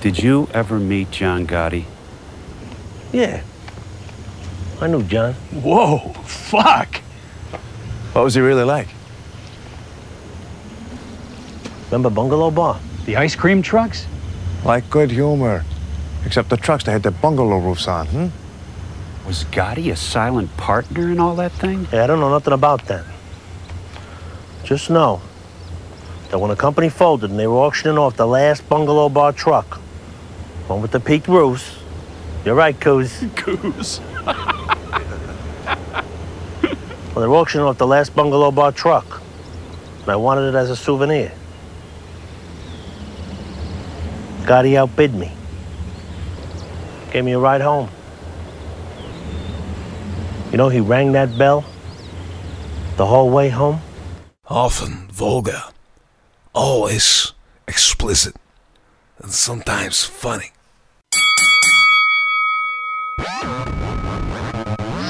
Did you ever meet John Gotti? Yeah. I knew John. Whoa, fuck. What was he really like? Remember Bungalow Bar? The ice cream trucks? Like good humor. Except the trucks, they had their bungalow roofs on, hmm? Was Gotti a silent partner in all that thing? Hey, I don't know nothing about that. Just know that when the company folded and they were auctioning off the last Bungalow Bar truck, one with the peaked roofs, you're right, Coos. Goose. Well, they're auctioning off the last bungalow bar truck. And I wanted it as a souvenir. Gotti outbid me. Gave me a ride home. You know, he rang that bell the whole way home. often vulgar, always explicit, and sometimes funny.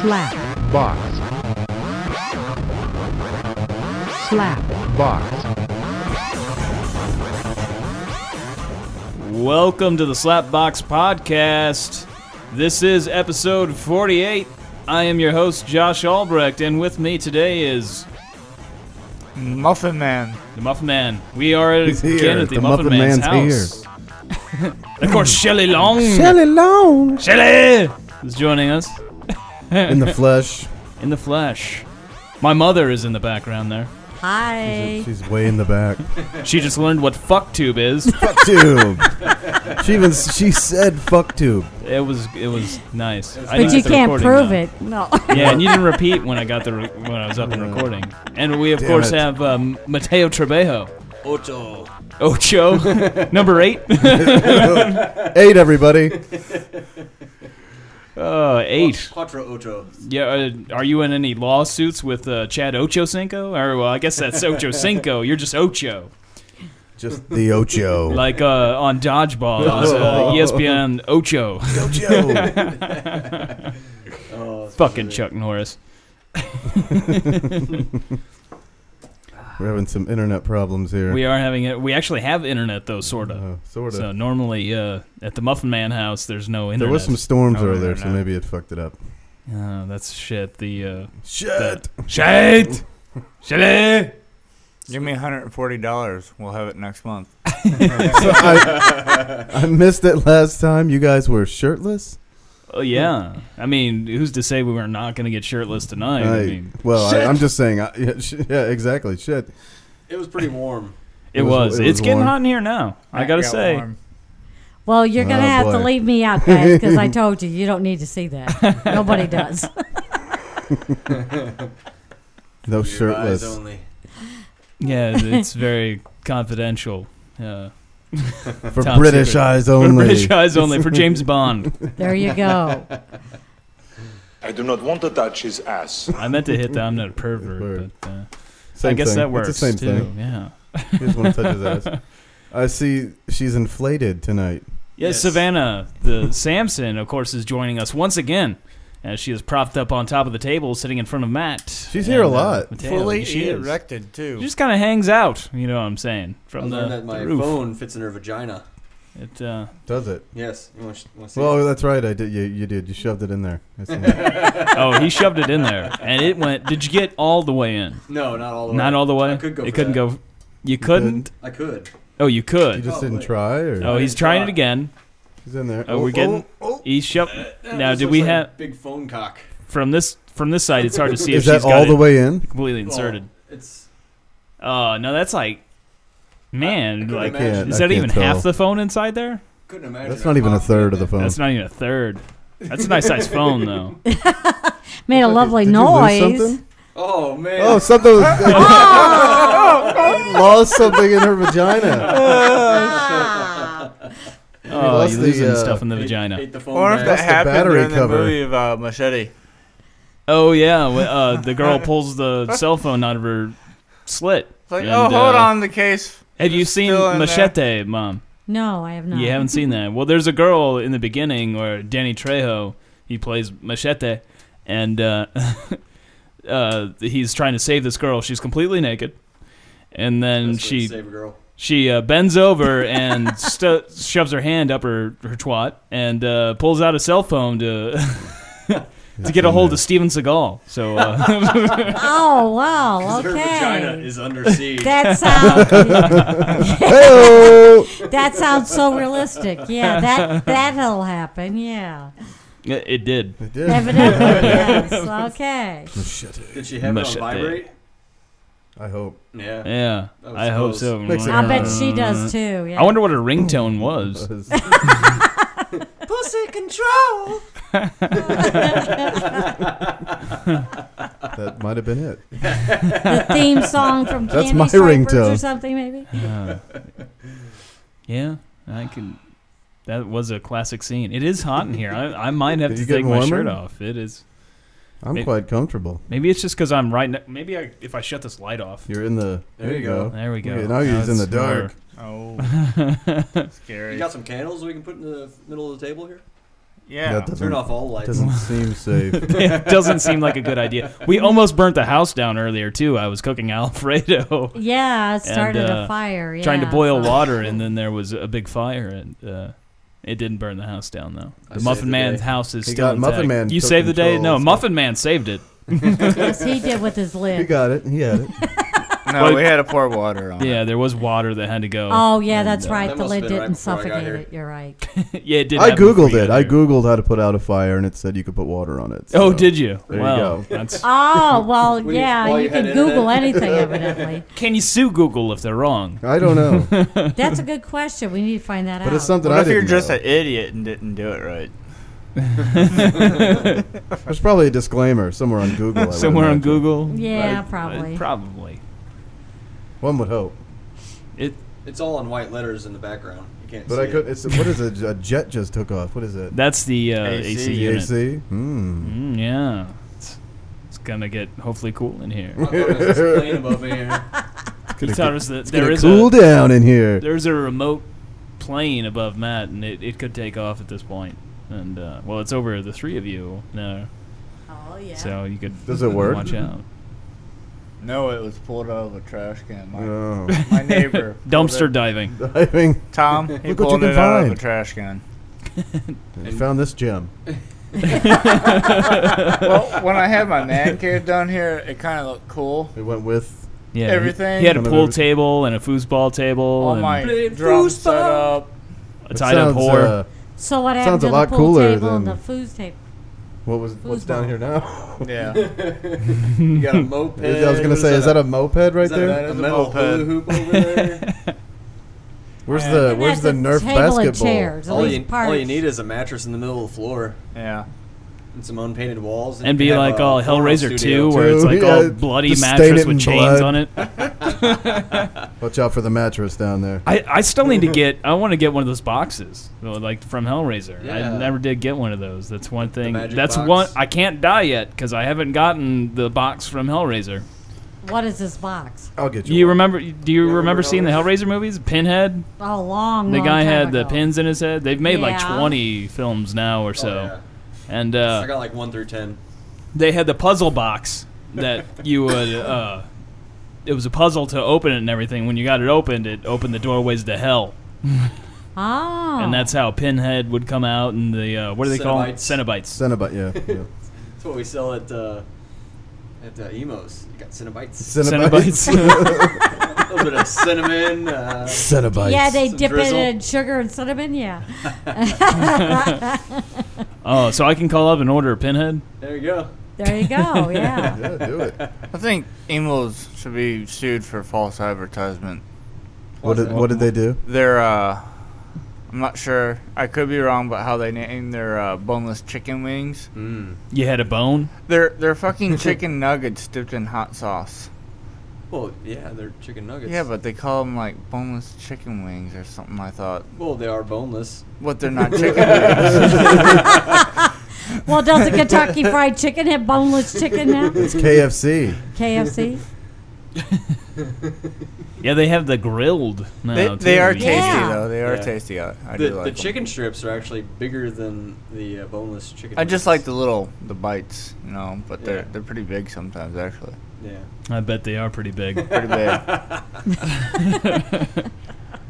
slap box slap Welcome to the Slapbox Podcast. This is episode 48. I am your host, Josh Albrecht, and with me today is Muffin Man. the Muffin Man. We are He's again here. at the, The Muffin, Muffin Man's, Man's house. of course, Shelly Long. Shelly Long Shelly is joining us in the flesh. in the flesh. My mother is in the background there. hi She's way in the back. She just learned what FuckTube is. fuck tube. She even she said fuck tube. It was it was nice. I but didn't you get the can't recording, prove though. it no Yeah, and you didn't repeat when I got the re- when I was up and recording. And we of Damn course it. have um, Mateo Trebejo. Ocho. Ocho. Number eight. Eight everybody. Uh, eight. Quattro Ocho. Yeah. Uh, are you in any lawsuits with uh, Chad Ocho Cinco? Or well, I guess that's Ocho Cinco. You're just Ocho. Just the Ocho. Like uh, on dodgeball, it was, uh, ESPN Ocho. Oh. Ocho. Fucking Chuck Norris. We're having some internet problems here. We are having it. We actually have internet though, sort of. Uh, sort of. So normally uh, at the Muffin Man house, there's no internet. there was some storms No earlier, so internet. maybe it fucked it up. Oh, that's shit. The uh, Shit. Shit! Shit! Give me $140. We'll have it next month. So I, I missed it last time. You guys were shirtless. Oh yeah. I mean, who's to say we were not going to get shirtless tonight? I, I- mean, well, I, I'm just saying. I, yeah, sh- yeah, exactly. Shit. it, it was- was. it It's was getting warm. hot in here now. I gotta got say, warm. well you're gonna Oh, have to boy. leave me out guys because i told you you don't need to see that nobody does No shirtless. yeah, it's very confidential. Uh, For Top British secret. eyes for only. British eyes only for James Bond. there you go I do not want to touch his ass. I meant to hit that. I'm not a pervert, Word. but uh, Same I guess thing. that works It's the same too. thing. Yeah. You just want to touch his ass. I see she's inflated tonight. Yeah, Savannah, the Samson, of course, is joining us once again. As she is propped up on top of the table, sitting in front of Matt. uh, She's here a lot. Mateo. Fully she is. erected, too. She just kind of hangs out. You know what I'm saying? I From the, learned that my the roof. phone fits in her vagina. It, uh, Does it? Yes. You want to, want to see Well, it? that's right. I did. You, you did. You shoved it in there. I see. oh, he shoved it in there, and it went. Did you get all the way in? No, not all the way. Not all the way. I could go. It for couldn't that. go. You couldn't. I could. Oh, you you could. just didn't Probably. try, or Oh, he's trying it again. he's in there. Oh, we're getting. He shoved. Now, This did Uh, looks we like a have big phone cock? from this from this side? It's hard to see Is if that she's got all the it way in? completely inserted. Oh, it's Oh no, that's like, man, couldn't like, imagine. Can't- is that I can't even tell. half the phone inside there? couldn't imagine. That's not even a cock third of being the phone. That's not even a third. That's a nice size phone though. made a lovely Did you lose noise something? that- Oh man. Oh, something was. He lost something in her vagina. Ah. Oh, lost you the, losing uh, stuff in the Ate- vagina. ate the phone or if back. that the happened battery during the cover. movie of uh, Machete. Oh yeah, wh- uh, the girl pulls the cell phone out of her slit. It's like, And, oh, hold uh, on, the case. Have you It's seen still in Machete, Mom? no i have not You haven't seen that. Well, there's a girl in the beginning where Danny Trejo he plays Machete, and uh, uh, he's trying to save this girl. She's completely naked, and then That's what she save a girl. She uh, bends over and stu shoves her hand up her, her twat and uh, pulls out a cell phone to to get a hold of Steven Seagal. So uh, Oh wow! 'Cause her Okay. vagina is under siege. That sounds. Hey-o. that sounds so realistic. Yeah, that that'll happen. Yeah. it it did. It did. Evidently, yes. Okay. Did she have it on Machete. vibrate? I hope. Yeah. Yeah, That was I hope close. so. Makes it I bet she does too. Yeah. I wonder what her ringtone was. Pussy control. that might have been it. the theme song from That's Candy my Stripers or ringtone. something, maybe. Uh, Yeah, I can. That was a classic scene. It is hot in here. I, I might have Is to it getting take my warmer? shirt off. It is. I'm Maybe- quite comfortable. Maybe it's just because I'm right. Ne- maybe I, if I shut this light off. You're in the. There, you go. There we go. Okay, now you're Now just in the it's dark. Oh, You scary. got some candles we can put in the middle of the table here. Yeah. That doesn't, Turn off all the lights. doesn't seem safe. it doesn't seem like a good idea. We almost burnt the house down earlier too. I was cooking Alfredo, Yeah, it started uh, a fire. Yeah, trying to boil so- water, and then there was a big fire, and uh, it didn't burn the house down though. I The saved Muffin the Man's day. house is He still got- Muffin intact. Man You took saved the day. control No, and Muffin Man saved it. Yes, he did with his he lip. got it. He had it. No, we had to pour water on. Yeah, there was water that had to go. Oh yeah, that's uh, right. That The must've lid been right didn't before I got suffocate here. it. You're right. yeah, it did. I happen before googled you it. got I here. googled how to put out a fire, and it said you could put water on it. Oh, so- did you? There you wow. go. That's, Oh well, We- yeah. well, You you had can Google internet. anything, evidently. can you sue Google if they're wrong? I don't know, That's a good question. We need to find that out. but it's something What I if didn't you're just know. an idiot and didn't do it right? There's probably a disclaimer somewhere on Google. I would Somewhere on imagine. Google? Yeah, Uh, probably. uh, probably. One would hope, It It's all in white letters in the background. You can't but see I could. it. It's what is it? A jet just took off. What is it? that's the uh, AC, AC unit. AC. Hmm. Mm, yeah, it's, it's gonna get hopefully cool in here. I thought it was this plane above me here. He gonna taught get- us that Hmm. It's there gonna is cool a down in here. there's a remote plane above Matt, and it, it could take off at this point. And uh, well, it's over the three of you now, Oh yeah. so you could Does it work? Watch out. No, it was pulled out of a trash can. My, Oh. my neighbor. pulled Dumpster it- diving. Diving. Tom, he you pulled can it out of a find. trash can. I found this gem. well, when I had my man cave down here, it kind of looked cool. It went with. Yeah, he- Everything. He, had a Kind of pool everything. table and a foosball table All and my Played drums foosball. set up. a it tied up sounds, whore. uh, So what Sounds happened to a lot the pool cooler table and the than- food table? what was what's down Foosball. here now? Yeah. You got a moped. I was gonna say, is that a moped right is that there? a That's a metal moped. hula hoop over there? Where's Yeah. the And Uh, that's Where's the a Nerf table and basketball? chairs, at all, least you, parts. all you need is a mattress in the middle of the floor Yeah. and some unpainted walls. and you be have like a all porno Hellraiser studio. 2 where it's like Two, all yeah, bloody just stain mattress it with in chains blood. on it. Watch out for the mattress down there. I, I still need to get I want to get one of those boxes though, like from Hellraiser. I Yeah. never did get one of those. That's one thing. magic That's box. one I can't die yet cuz I haven't gotten the box from Hellraiser. What is this box? I'll get you. Do you one. remember do you remember remember seeing the Hellraiser movies? Pinhead? Oh, long. The long guy time had the ago. pins in his head. They've made like Yeah. 20 films now or Oh, so. yeah. And I uh, got like one through ten. they had the puzzle box that you would uh, it was a puzzle to open it and everything. When you got it opened, it opened the doorways to hell. Oh. and that's how Pinhead would come out, and the uh, what do they call them? Cenobites. Cenobite, yeah. yeah. That's what we sell at uh, at uh, Emos. You got Cinnabites. Cenobites. a little bit of cinnamon. Uh, Cenobites. yeah, they Some dip drizzle. it in sugar and cinnamon. Yeah. oh, so I can call up and order a Pinhead. there you go. There you go. Yeah. Yeah, do it. I think emos should be sued for false advertisement. What did, what did they do? Their, uh, I'm not sure. I could be wrong, but how they name their uh, boneless chicken wings? Mm. You had a bone. They're they're fucking chicken nuggets dipped in hot sauce. Well, yeah, they're chicken nuggets. Yeah, but they call them like boneless chicken wings or something. I thought, well, they are boneless. but they're not chicken. wings. Well, does the Kentucky Fried Chicken have boneless chicken now? It's KFC. KFC. Yeah, they have the grilled. Now, They, they too. are You- tasty Yeah. though. They are Yeah. tasty. I, I The, do like the 'em. chicken strips are actually bigger than the uh, boneless chicken. I just like wings. the little the bites, you know. But they're Yeah. they're pretty big sometimes actually. Yeah. I bet they are pretty big. Pretty big.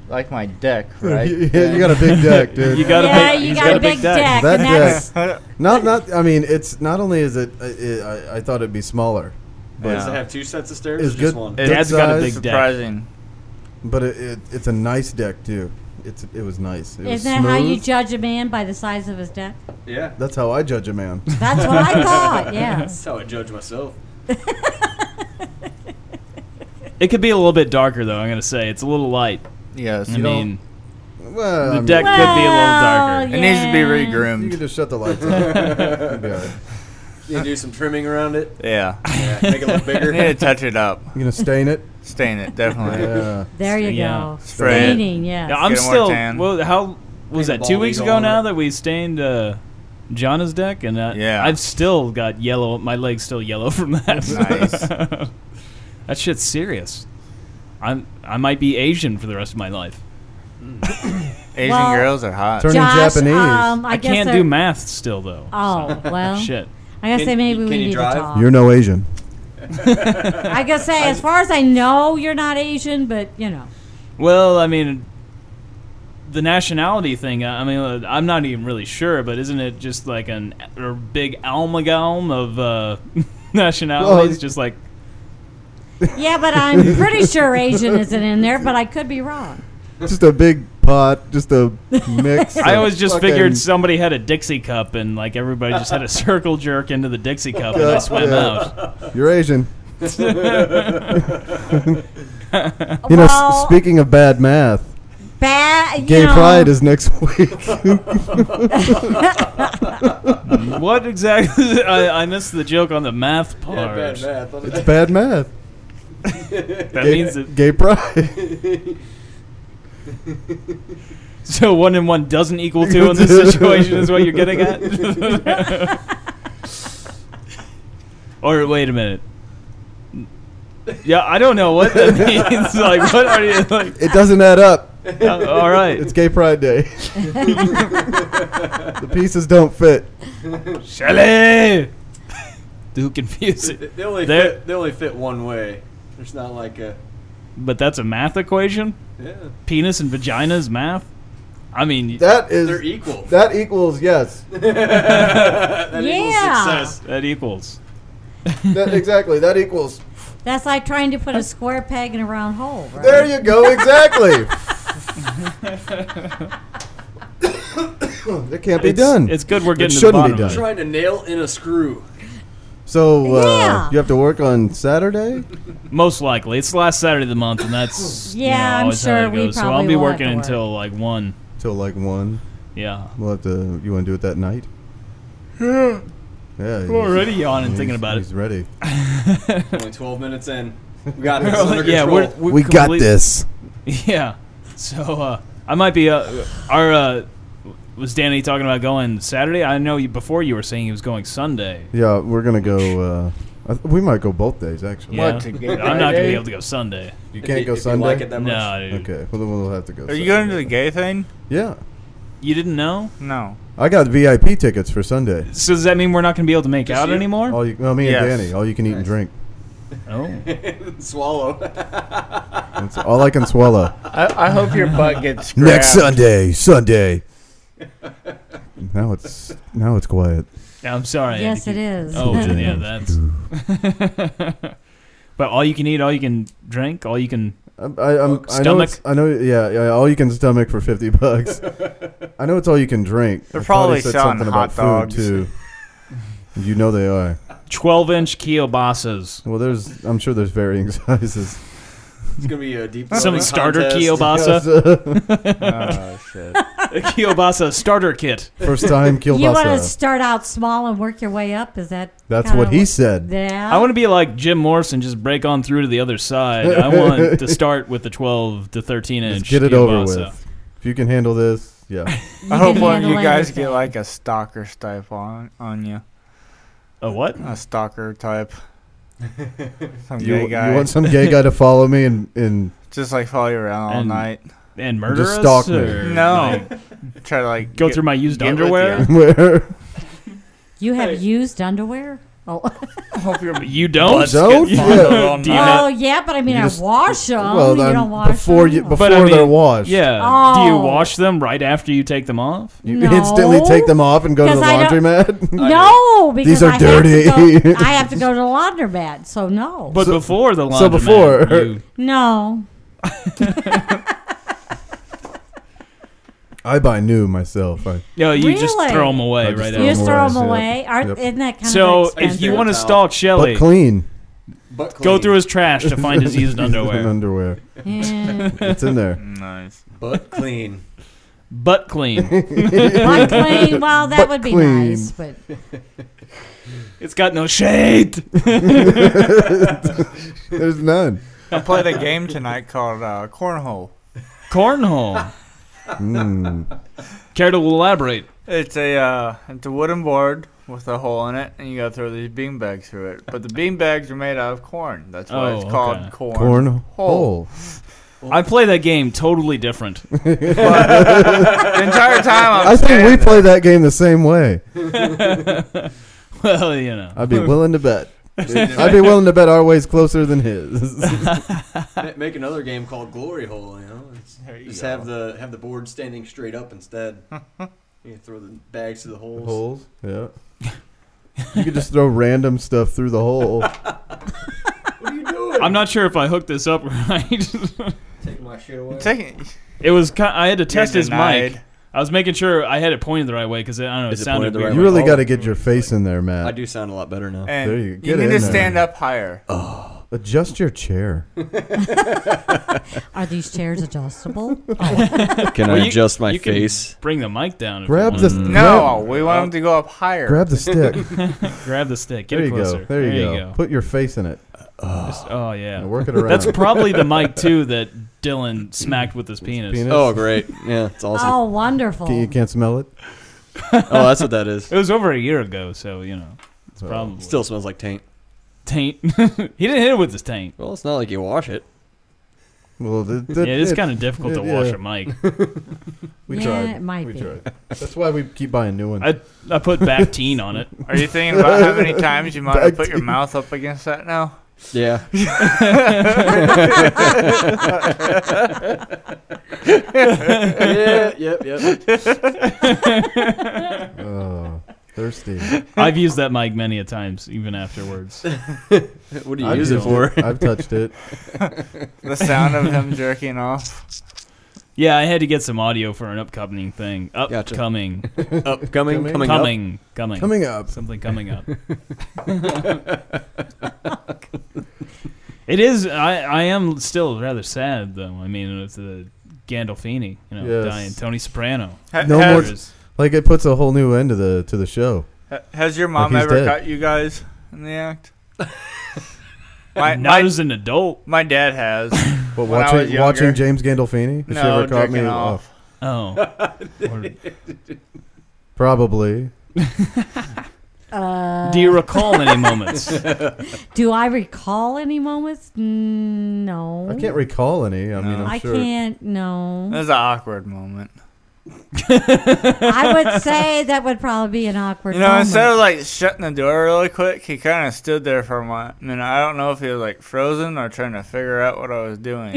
like my deck, right? yeah, you got a big deck, dude. yeah, you got, a big deck. That and that's, deck. not not. I mean, it's not only is it. I I, I thought it'd be smaller. Yeah. Does it have two sets of stairs It's or just good one? dick Dad's got a big size, deck. Surprising. But it, it, it's a nice deck too. It's it was nice. It was Isn't that how you smooth. judge a man by the size of his deck? Yeah. That's how I judge a man. That's what I thought. Yeah. That's how I judge myself. It could be a little bit darker, though. I'm gonna say it's a little light. Yes, I you don't- mean, Well, the I mean- deck could be a little darker. It needs to be yeah. re-groomed. You can just shut the lights off. You'll be all right. You can do some trimming around it. Yeah. Yeah, make it look bigger. Need to touch it up. You gonna stain it? Stain it, definitely. Yeah. There you Yeah. go. Spray it. Staining, yes. Yeah, I'm Get more still. tan. Well, how was Paint that? a Two bald weeks eagle ago on now it. that we stained uh, Jana's deck, and uh, Yeah. I've still got yellow. My leg's still yellow from that. Nice. that shit's serious. I'm. I might be Asian for the rest of my life. Asian Well- girls are hot. Turning Josh, Japanese. Um, I, I, guess can't they're- do math still though. Oh well. Shit. I gotta Can- say maybe can we you need drive? to talk. You're no Asian. I gotta say, as far as I know, you're not Asian, but you know. Well, I mean, the nationality thing. I I mean, uh, I'm not even really sure, but isn't it just like an a big amalgam of uh, nationalities? Well, just like Yeah, but I'm pretty sure Asian isn't in there, but I could be wrong. Just a big pot. Just a mix. I of always just fucking- figured somebody had a Dixie cup, and like everybody just had a circle jerk into the Dixie cup, and I swam Yeah. out. You're Asian. You know, s- well, speaking of bad math, ba- you gay know, pride is next week. What exactly? I, I missed the joke on the math part. Yeah, bad math. on it's that. bad math. That Gay, means that gay pride. so one and one doesn't equal two in this situation is what you're getting at. or wait a minute. Yeah, I don't know what that means. like, what are you like? It doesn't add up. uh, all right, It's Gay Pride Day. the pieces don't fit. Shelley. Who confused They- it? They only There- fit, they only fit one way. There's not like a But that's a math equation. yeah. Penis and vagina is math. I mean, that, That is- They're equal. That equals yes. That Yeah. equals success. equals. That exactly. That equals. That's like trying to put a square peg in a round hole. Right? There you go. Exactly. it can't be it's, done. It's good we're getting to the shouldn't be bottom of done. it. Trying to nail in a screw. so uh, Yeah. you have to work on Saturday. Most likely, it's the last Saturday of the month, and that's you Yeah, know, I'm always how sure that we goes. So I'll probably be will have working to work. until like one. Till like one. Yeah, We'll have to. You want to do it that night? Yeah. I'm already yawning thinking he's- about it. He's ready. Only 12 minutes in. We got this under yeah, control. we're, we're we got complete- this. Yeah, so uh, I might be. Uh, our uh, was Danny talking about going Saturday? I know you, before you were saying he was going Sunday. Yeah, we're gonna go. Uh, I th- we might go both days actually. Yeah. What, to get I'm not gonna Friday? be able to go Sunday. You If can't you- go if Sunday. You like it that much. No, dude. Okay, well then we'll have to go. Are you going to the Saturday. gay thing? Yeah, you didn't know. No. I got VIP tickets for Sunday. So does that mean we're not gonna be able to make Just out you? anymore? All you, well, me Yes. and Danny, all you can eat and drink. oh. Swallow. That's all I can swallow. I, I hope your butt gets Next Sunday, Sunday. now it's now it's quiet. Yeah, I'm sorry. I had Yes, to it keep- is. Oh, yeah, that's. but all you can eat, all you can drink, all you can. I, I, I'm, I know. Stomach? It's, I know. Yeah, yeah. All you can stomach for fifty bucks. I know it's all you can drink. They're I thought probably he said selling something about hot dogs. food, too. You know they are. 12 inch kielbasa's. Well, there's. I'm sure there's varying sizes. It's going to be a deep Some throating starter contest. kielbasa. Oh, shit. A kielbasa starter kit. First time You want to kielbasa. start out small and work your way up? Is that? That's kinda what he said. Yeah. I want to be like Jim Morrison, just break on through to the other side. I want to start with the 12 to 13 inch. Just get it over kielbasa. with. If you can handle this, yeah. You I hope can one of you handle guys anything. get like a stalker type on on you. A what? A stalker type. Some You, gay you guy. want some gay guy to follow me and, and just like follow you around all And- night. And murder us? stalk me. Or, No. like, Try to like go get- through my used get with underwear? you. where? You have used underwear? Oh, hope you're, you don't. Buds Don't? get fondled Yeah. all oh yeah, but I mean, You I just- wash them. well, you then don't wash before them. you- Oh. before they're washed. Yeah. Do you Oh. wash them right after you take them off? You instantly take them off and go to the 'Cause I don't- laundromat. No, because These are I dirty. Have to go, I have to go to the laundromat, so no. But before the laundromat. so before- you- no, I buy new myself. I, no, you just Really? throw them away I just right throw you after. just them throw away, them yeah. away. Aren't Yep. isn't that kind of So expensive? if you want to stalk Shelly, but clean. But go clean. through his trash to find his used And underwear. underwear. Yeah. It's in there. nice. But clean. Butt clean. But clean, well, that But would be clean. nice, but it's got no shade. There's none. I played a game tonight called uh, Cornhole. Cornhole. Hmm. Care to elaborate? It's a uh, it's a wooden board with a hole in it, and you gotta throw these beanbags through it. But the beanbags are made out of corn. That's why Oh, it's called okay. corn. Corn hole. hole. I play that game totally different. The entire time I'm I think we standing play that game the same way. well, you know. I'd be willing to bet. I'd be willing to bet our way's closer than his. Ma- Make another game called Glory Hole. You know, It's- There you just go. have the have the board standing straight up instead. you throw the bags to the holes. Holes. Yeah. You could just throw random stuff through the hole. What are you doing? I'm not sure if I hooked this up right. Take my shit away. Taking, it was. ki I had to test his mic. denied. I was making sure I had it pointed the right way because I don't know. It, Is it pointed sounded the weird. right You way? really got to get your face in there, I Matt. do sound a lot better now. and Oh, There you you, go. Get need in to there. stand up higher. Adjust your chair. are these chairs adjustable? Can Well, I you- adjust my you can face? Bring the mic down. if you Grab want. the Mm. No, we want him to go up higher. Grab, grab the stick. Grab the stick. Get there it you go. closer. There, you, go. Put your face in it Just- oh yeah. and work it around. That's probably the mic too that Dylan smacked with his penis. penis. Oh, great. Yeah, it's awesome. Oh, wonderful. Can- you can't smell it. Oh, that's what that is. It was over a year ago, so you know Oh, it's probably Still smells like taint. taint. he didn't hit it with his taint. Well, it's not like you wash it. Well, the, Yeah, the, it's kind of difficult to yeah. wash a mic. We Yeah, tried. it might we be. tried. That's why we keep buying new ones. I I put Bactine on it. Are you thinking about how many times you might Back have put to your you. mouth up against that now? Yeah. yeah, yep, yep. oh, thirsty. I've used that mic many a times, even afterwards. What do you I've use it used for? I've touched it. The sound of him jerking off. Yeah, I had to get some audio for an upcoming thing. Gotcha. Upcoming, Upcoming, Coming coming, coming. coming, coming, Coming up. Something coming up. it is. I I am still rather sad though. I mean, it's the Gandolfini, you know, Yes. dying. Tony Soprano. Ha- No more- has, There's- Like it puts a whole new end to the to the show. ha- has your mom he's ever dead. caught you guys in the act? my, Not my, as an adult. my dad has. But When I was watching younger. watching James Gandolfini, has she no, ever caught me jerking off? off. Oh, Probably. Uh, do you recall any moments? do I recall any moments? Mm, No, I can't recall any. I mean, No. I'm I sure. can't. No, That was an awkward moment. I would say that would probably be an awkward. You know, Oh moment. instead of like shutting the door really quick, he kind of stood there for a minute. I mean, I don't know if he was like frozen or trying to figure out what I was doing.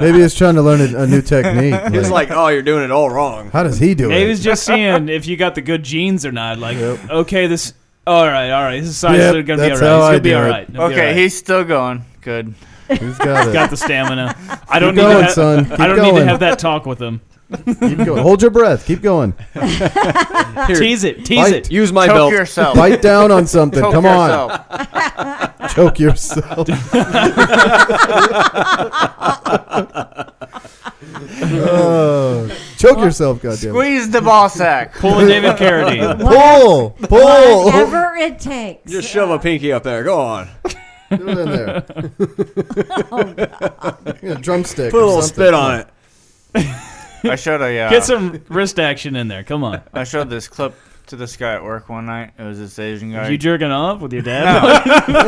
Maybe he's trying to learn a, a new technique. He was like, oh, you're doing it all wrong. how does he do He it? was just seeing if you got the good genes or not. Like, okay, this. All right, all right. This is going to Yep, be all right. It's that's how I going to be do all it. right. It'll be all okay, right. he's still going. Good. He's got it. got the stamina. I don't Keep need going, to have, son. Keep I don't need going. to have that talk with him. Keep going. Hold your breath. Keep going. Tease it. Tease Bite. it. Use my Choke belt. yourself. Bite down on something. Choke Come yourself. on. Choke yourself. Oh, choke yourself, goddamn. Squeeze the ball sack. Pull a David Carradine. Pull. Pull. whatever it takes. Just shove a pinky up there. Go on. Put it in there. Oh, Yeah, drumstick. Put a or little something. spit on it. I showed a. Uh, Get some wrist action in there. Come on. I showed this clip to this guy at work one night. It was this Asian guy. Was you jerking off with your dad? No.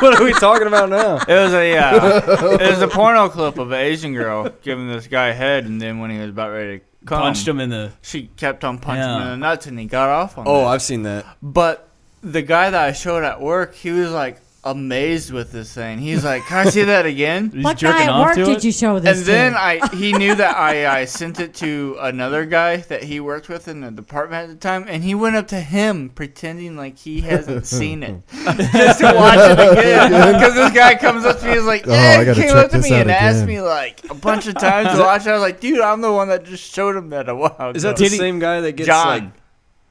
what are we talking about now? It was a uh, it was a porno clip of an Asian girl giving this guy head, and then when he was about ready to come, Punched him in the- She kept on punching him in Yeah. the nuts, and he got off on. Oh, that. I've seen that. But the guy that I showed at work, he was like amazed with this thing. He's like, "Can I see that again?" What jerking guy at off work to did it? you show this And then to? I, he knew that I, I sent it to another guy that he worked with in the department at the time, and he went up to him pretending like he hasn't seen it just to watch it again. Because this guy comes up to me, and is like, Oh, "Yeah," I he gotta came up check to this me out and asked again. me like a bunch of times to watch. it. I was like, "Dude, I'm the one that just showed him that a while." Is that ago." the same guy that gets John? like?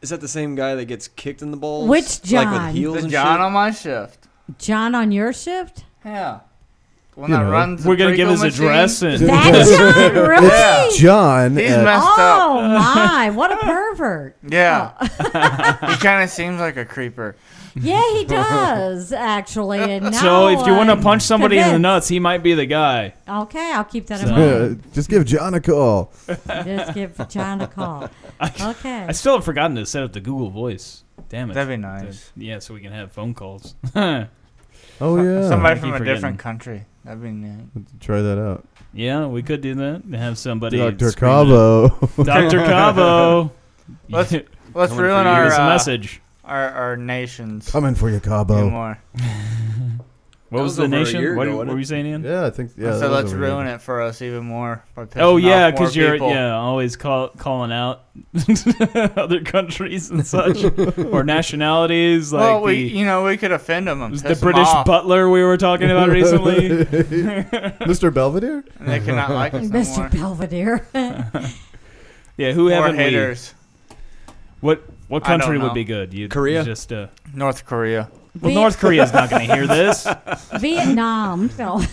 Is that the same guy that gets kicked in the balls? Which Like John? with heels The and John shit? on my shift. John on your shift? Yeah. One You that know. runs. the We're gonna give Preco his machine. address and That John, really? It's John. He's at- messed up. Oh my, what a pervert. Yeah. he kind of seems like a creeper. Yeah, he does, actually. And now so if you want to I'm punch somebody in the convinced. nuts, he might be the guy. Okay, I'll keep that in mind. Uh, just give John a call. Just give John a call. Okay. I still have forgotten to set up the Google Voice. Damn it. That'd be nice. Yeah, so we can have phone calls. yeah, Oh yeah, Somebody I from keep a forgetting. different country. That'd be neat. try that out. we could do that. and Have somebody. Doctor scream Cabo. it. Dr. Cabo. Let's- Here's Let's Coming ruin for our, you. a uh, message. our our nations Coming for you, Cabo. anymore. What That was was the over a nation? year what ago, what wasn't were it? you saying, Ian? Yeah, I think. Yeah, so let's ruin it for us even more. By pissing Oh yeah, because because you're yeah always call, calling out other countries and such or nationalities like well, we the, you know we could offend them and was piss the 'em British off, butler we were talking about recently. Mr. Belvedere. and they cannot like us no more. Mr. Belvedere. yeah, who More haven't we- haters. What what I don't country know. would be good? You Korea? you Just uh, North Korea. well, Vi- North Korea's not going to hear this. Vietnam. No.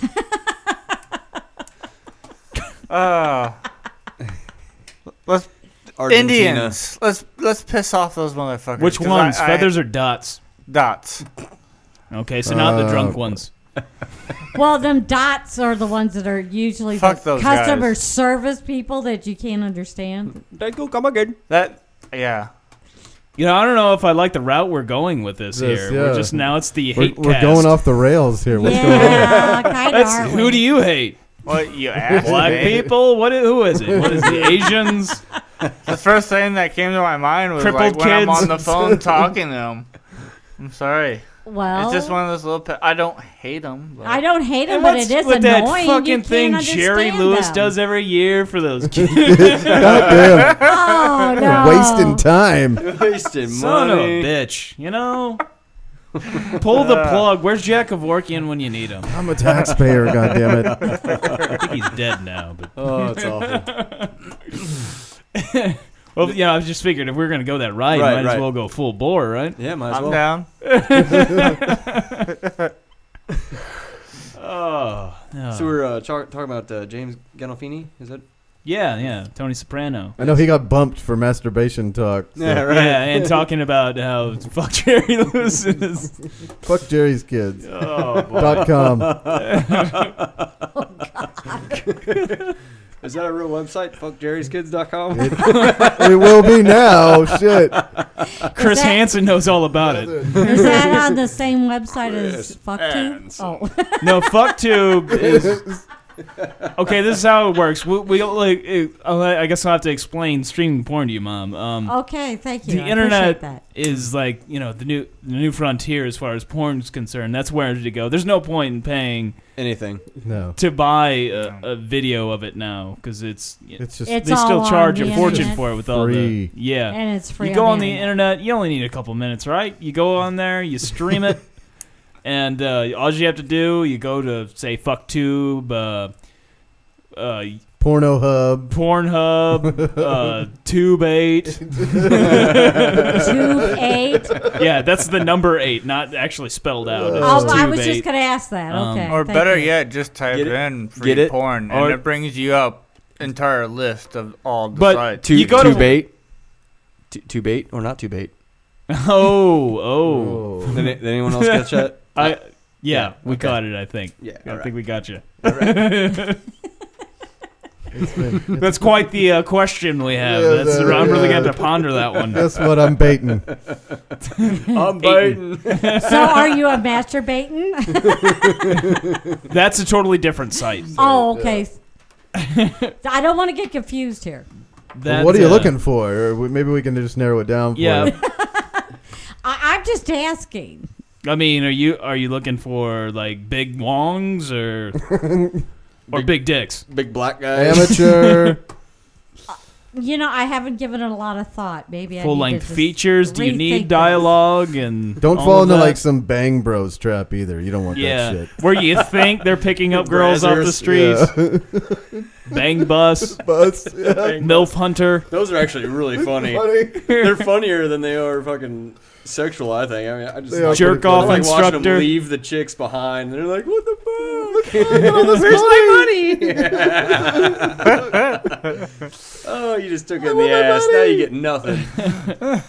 Uh, let's Argentina. Indians. Let's let's piss off those motherfuckers. Which 'cause I- ones? I- Feathers or dots? dots. Okay, so not the drunk Uh, ones. Well, them dots are the ones that are usually Fuck the those customer guys. service people that you can't understand. They go come again. That yeah. You know, I don't know if I like the route we're going with this, This, here. We're yeah. just now it's the We're, hate. we're cast. going off the rails here. What's going on? Yeah, kind of. That's who do you hate? What you asked Black me. people? What? i- Who is it? What is the Asians? The first thing that came to my mind was like Crippled when I'm kids. on the phone talking to them. I'm sorry. Well, It's just one of those little. Pe- I don't hate them. But Oh. I don't hate him, And but what's it is with that annoying. You fucking can't thing Jerry understand Lewis them. does every year for those kids? Oh no! Wasting time. Wasting Son of a money. bitch. You know? Pull the plug. Where's Jack Kevorkian when you need him? I'm a taxpayer. goddammit. it. I think he's dead now. But Oh, it's awful. well, yeah, I was just figured if we are gonna go that ride, Right, might as right. well go full bore, right? Yeah, might as I'm well. down. Oh, yeah. So we're uh, char- talking about uh, James Gandolfini. Is that? yeah, yeah. Tony Soprano. I know he got bumped for masturbation talk. so Yeah, right. Yeah, and talking about how fuck Jerry Lewis is. Fuck Jerry's kids. Oh, boy. Dot com. Is that a real website? Fuckjerryskids.com. It will be now. Shit. Chris that- Hansen knows all about it. Is that on the same website as FuckTube? Oh, No, FuckTube is. Okay, this is how it works. We, we like. It, I'll- I guess I'll have to explain streaming porn to you, mom. Um, okay, Oh, thank you. the I appreciate internet that. is like you know the new the new frontier as far as porn is concerned. That's where to go. There's no point in paying Anything. No. to buy a, a video of it now because it's, It's just It's they all still on charge the a fortune internet. for it with all the Free. yeah. and it's free. you go on the internet. internet. You only need a couple minutes, right? You go on there, you stream it, and uh, all you have to do, you go to say FuckTube, uh, uh, porno hub. Pornhub, uh, Tube Eight. Tube eight. Yeah, that's the number eight, not actually spelled out. It's Oh, I Tube was just 8. gonna ask that. Um, Okay. Or thank better you. yet, just type Get it? in free Get it? porn, Or- and it brings you up entire list of all the But sites. Two, You go to- two bait. Two, two bait or not two bait? Oh, oh, Did, did anyone else catch that? I yeah, Yeah, we okay. got it. I think. Yeah. I all right. think we got you. That's quite the uh, question we have. Yeah, That's, that- I'm really yeah. going to ponder that one. That's what I'm baiting. I'm baiting. So are you a masturbating? That's a totally different site. oh, okay. I don't want to get confused here. Well, what are you looking for? Or we, maybe we can just narrow it down. For uh, Yeah. you. I, I'm just asking. I mean, are you are you looking for like big wongs or or big dicks? Big black guy. Amateur. You know, I haven't given it a lot of thought. Maybe I Full need to length just features. Do you rethink need this. dialogue and Don't all fall of into that? like some bang bros trap either. You don't want yeah, that shit. where you think they're picking up girls off the streets? Yeah. Bang bus, bus, milf hunter. Those are actually really funny. Funny. They're funnier than they are fucking sexual. I think. I mean, I just They are like- Jerk I off like watching instructor. them leave the chicks behind. They're like, what the fuck? Where's my money? oh, you just took it in the ass. Now you get nothing.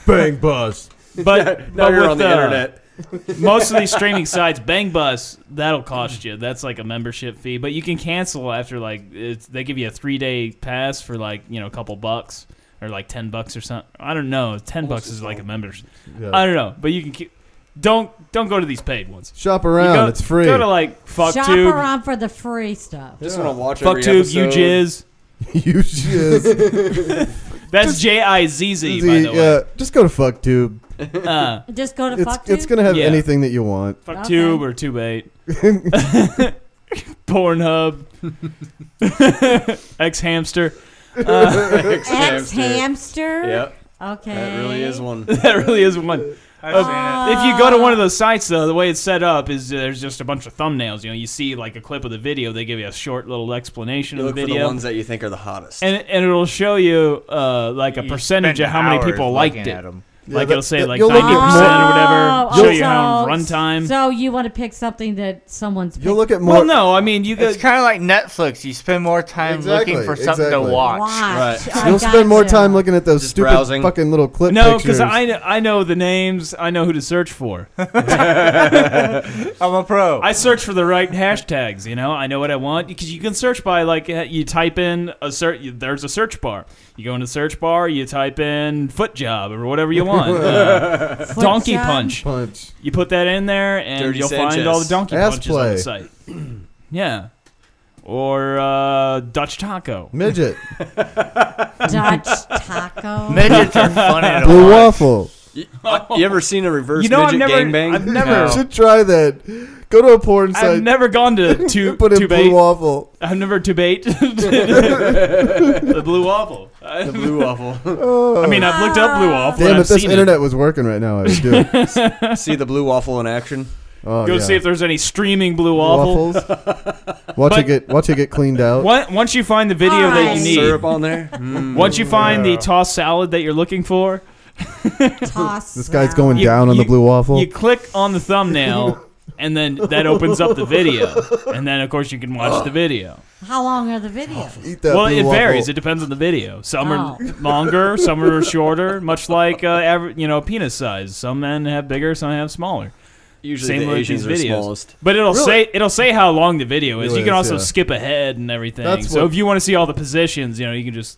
bang bus. But now but you're with, on the uh, internet. most of these streaming sites, Bang Bus, that'll cost you. That's like a membership fee, but you can cancel after like it's, they give you a three day pass for like you know a couple bucks or like ten bucks or something. I don't know. Ten bucks is like a membership. Yeah. I don't know, but you can keep. Don't don't go to these paid ones. Shop You around. go- it's free. Go to like Shop FuckTube, around for the free stuff. Just want to watch every FuckTube, you episode. jizz. you jizz. That's J I Z Z by the way. yeah, just go to FuckTube. Uh, Just go to It's fuck it's gonna have Yeah. anything that you want. FuckTube or TubeBait, Pornhub, X Hamster. X hamster. Yep. Okay. That really is one. That really is one. If you go to one of those sites, though, the way it's set up is uh, there's just a bunch of thumbnails. You know, you see like a clip of the video, they give you a short little explanation You of look the for video, the ones that you think are the hottest. and and it'll show you uh, like a You percentage spend of how many hours people liked looking it. at 'em. like that- it'll say that- like you'll look ninety at percent or Oh, whatever. Show you how so- runtime. So you want to pick something that someone's. You'll look at more. well, no, I mean you It's guys. kind of like Netflix. You spend more time Exactly, looking for something exactly. to watch. Right. I You'll got spend more you. time looking at those Just stupid browsing. fucking little clip No, pictures. because I know, I know the names. I know who to search for. I'm a pro. I search for the right hashtags. You know, I know what I want because you can search by like uh, you type in a search. There's a search bar. You go into search bar. You type in foot job or whatever you want. Uh, Foot donkey job? punch. punch. You put that in there, and Dirty you'll Sanchez. find all the donkey Ass punches on play. the site. yeah, or uh, Dutch taco. Midget, Dutch taco. Midgets are funny. to blue watch. waffle. you ever seen a reverse You know, I've midget never- gangbang? I've never- You should try that. Go to a porn site. I've never gone to two put in two blue bait. waffle. I've never to bait the blue waffle. The blue waffle. I mean, I've looked up blue waffle. Damn, and if I've this seen internet was working right now, I would do it. See the blue waffle in action. Oh, it. Go yeah. see if there's any streaming blue waffle. waffles. watch it But- get watch it get cleaned out. Once once you find the video that you Alright. need, Syrup on there. Mm. once you find the tossed salad that you're looking for, Toss This guy's salad. going You- down on the you- blue waffle. you click on the thumbnail, and then that opens up the video, and then of course you can watch the video. How long are the videos? Eat that well, blue it waffle. varies. It depends on the video. Some are Oh. longer, some are shorter. Much like uh, aver you know, penis size. Some men have bigger, some have smaller. Usually Same the with Asians these are videos. smallest. But it'll say it'll say how long the video is. It you can is, also yeah. skip ahead and everything. That's so what- if you want to see all the positions, you know, you can just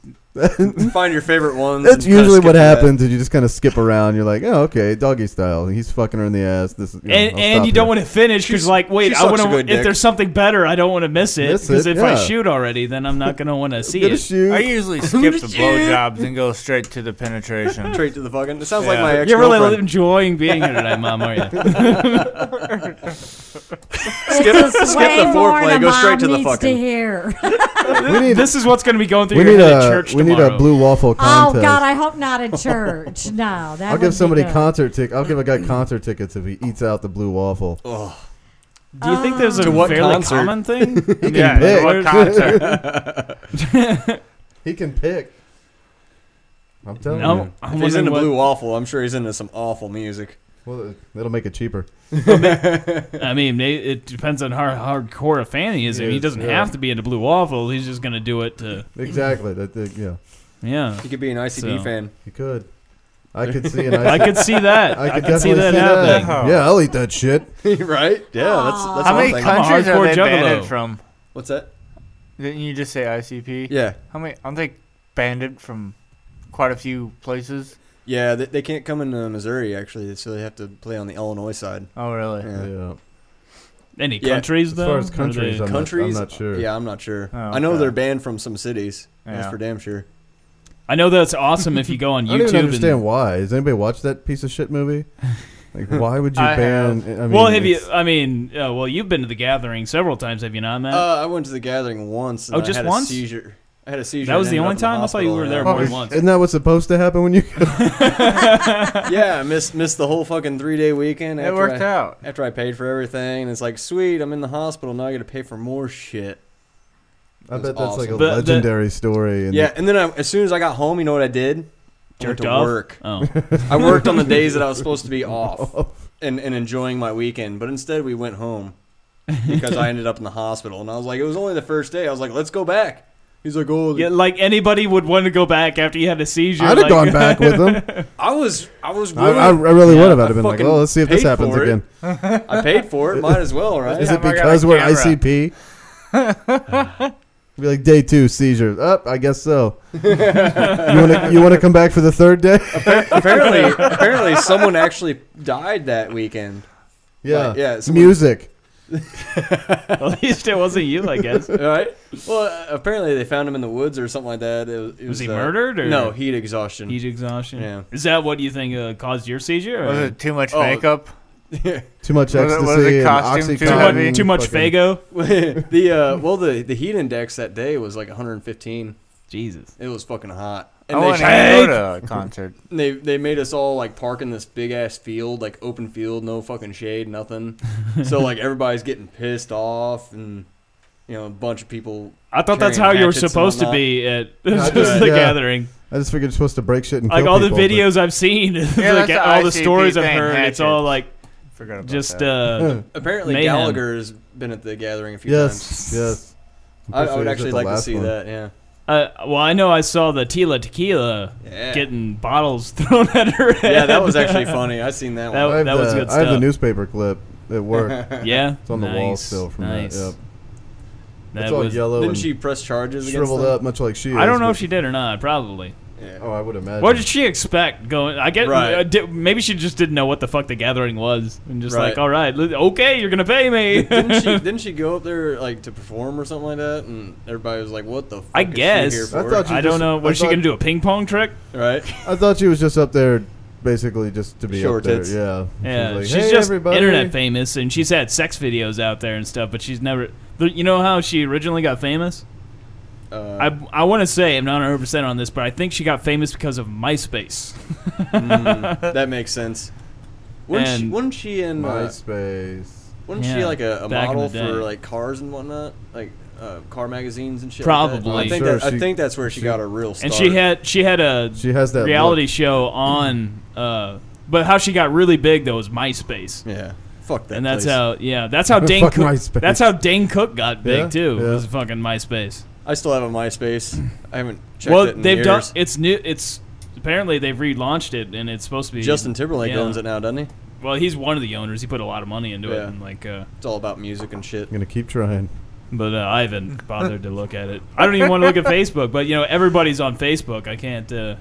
Find your favorite ones. That's and kinda usually skip what to that. happens. Is you just kind of skip around. You're like, oh, okay, doggy style. He's fucking her in the ass. This is, yeah, and, I'll and stop you don't here. want to finish because like wait she I sucks want a good to if dick. there's something better I don't want to miss it Miss because it, if I yeah. shoot already then I'm not gonna want to see Get a it. shoe. I usually skip the blowjobs and go straight to the penetration. Straight to the fucking. It sounds like Yeah. my ex You're really girlfriend. enjoying being here tonight, Mom, are you? Skip- This is skip way the more foreplay, than go straight Mom to the needs fucking- To hear. We need, this is what's going to be going through we your need head at a church we need tomorrow. a blue waffle contest. oh God, I hope not at church. No, that. I'll wouldn't give be somebody good. concert tick. I'll give a guy concert tickets if he eats out the blue waffle. Do you think there's a what fairly concert? common thing? I mean, yeah, pick. what concert? He can pick. I'm telling you. I'm, If I'm he's wondering into what- blue waffle, I'm sure he's into some awful music. Well, that'll make it cheaper. I mean, they, it depends on how hardcore a fan he is. I mean, he Yes, doesn't yeah. have to be into blue waffle. He's just going to do it to Exactly. That, that yeah, yeah. He could be an ICD So. fan. he could. I could see an I could see that. I, could see that happening. happening. Yeah, I'll eat that shit. right? Yeah, that's that's one How many thing. I'm a countries are hardcore they juggalo. banned from? What's that? Didn't you just say ICP? Yeah. How many? Aren't they banned it from quite a few places? Yeah, they, they can't come into Missouri actually, so they have to play on the Illinois side. Oh, really? Yeah. Any Yeah. countries As though? far as Or countries, they- I'm not- Countries? not sure. Yeah, I'm not sure. Oh, I know okay. they're banned from some cities. That's Yeah. for damn sure. I know that's awesome if you go on I don't YouTube. even understand and, why. Has anybody watched that piece of shit movie? Like, why would you I ban? I mean, well, have you? it's- I mean, uh, well, you've been to the gathering several times, have you not, Matt? Uh, I went to the gathering once. And Oh, I just had once? A seizure. I had a seizure. That was and ended the only up in the time? I thought you hospital, were yeah. there more than once. Isn't that what's supposed to happen when you? yeah, I missed missed the whole fucking three day weekend. It after worked I, out. After I paid for everything, and it's like, sweet, I'm in the hospital now. I got to pay for more shit. I It was bet that's like a awesome. But the- legendary story. And yeah, and then I, as soon as I got home, you know what I did? I went Jerked to off. work. Oh, I worked on the days that I was supposed to be off and, and enjoying my weekend, but instead we went home because I ended up in the hospital. And I was like, it was only the first day. I was like, let's go back. He's like, oh, yeah, like anybody would want to go back after you had a seizure. I'd have like- gone back with them. I was, I was, I, willing. I, I really Yeah, would have. I'd have been like, fucking well, let's see if this paid happens for it. again. I paid for it. Might as well, right? Is Yeah, it if I got a because we're camera. ICP? Be like day two seizure. Up, I guess so. you want to you want to come back for the third day? apparently, apparently, someone actually died that weekend. yeah, Like, yeah, someone- Music. At least it wasn't you, I guess. All right. Well, uh, apparently they found him in the woods or something like that. It was, it was, Was he uh, murdered or No, heat exhaustion. Heat exhaustion. Yeah. Is that what you think uh, caused your seizure? Was or- it too much Oh, makeup? Too much Was it- ecstasy was it and costume oxycontin. too too heavy? much, too much fucking- Fago? the uh, well, the the heat index that day was like 115. Jesus. Oh, It was fucking hot. I And they, want to sh- go to a concert. they they made us all like park in this big ass field, like open field, no fucking shade, nothing. so like everybody's getting pissed off, and you know a bunch of people. I thought that's how Carrying you were hatchets and supposed to whatnot. be at Yeah, the yeah. gathering. I just figured you're supposed to break shit and Like kill all the people, but- videos I've seen, like, that's the all the ICP stories I've thing, heard, it's all hatchets. like Forgot about just that. uh, Apparently Mayhem. Gallagher's been at the gathering a few times. Yes, yes. I, I would Especially actually at the like to last see one. that. Yeah. uh. Well, I know I saw the Tila Tequila Yeah. getting bottles thrown at her head. yeah, that was actually funny. I seen that That one. I have that was the- good I have the stuff. newspaper clip at work. yeah. It's on the wall still from nice. that. Yep. That it's all was. yellow Didn't and she press charges against shriveled them? up, much like she. I don't is, know but- if she did or not. Probably. Yeah. Oh, I would imagine. What did she expect going? I get. Right. uh, di- maybe she just didn't know what the fuck the gathering was, and just like, Right. all right, li- okay, you're gonna pay me. didn't she didn't she go up there like to perform or something like that and everybody was like what the fuck I is she guess. here I for? thought you- I don't just- know. I Was she thought- gonna do a ping pong trick? right I thought she was just up there, basically just to be Show her up there. tits. Yeah. Yeah, like, she's "Hey, just everybody." internet famous, and she's had sex videos out there and stuff. But she's never. the- You know how she originally got famous? uh, I I want to say I'm not 100 percent on this, but I think she got famous because of MySpace. mm, that makes sense wasn't, she, And- wasn't she in uh, MySpace. wasn't she Yeah, like a, a back in model the day. for like cars and whatnot like uh, car magazines and shit like that? Probably. I think Sure, that, I she- think that's where she, she- got a real start And she had she had a She has that reality look. show on. Uh, but how she got really big though was MySpace. yeah fuck that and that's place. how, yeah, that's how Dane Fuck Cook. MySpace. That's how Dane Cook got big Yeah, too. yeah. Was fucking MySpace. I still have a MySpace I haven't checked well, it in they've done. years. It's new. It's apparently they've relaunched it, and it's supposed to be Justin Timberlake yeah. owns it now doesn't he Well, he's one of the owners. He put a lot of money into it, Yeah. and like, uh, it's all about music and shit I'm gonna keep trying. but uh, I haven't bothered to look at it. I don't even want to look at Facebook. But you know, everybody's on Facebook. I can't. Uh,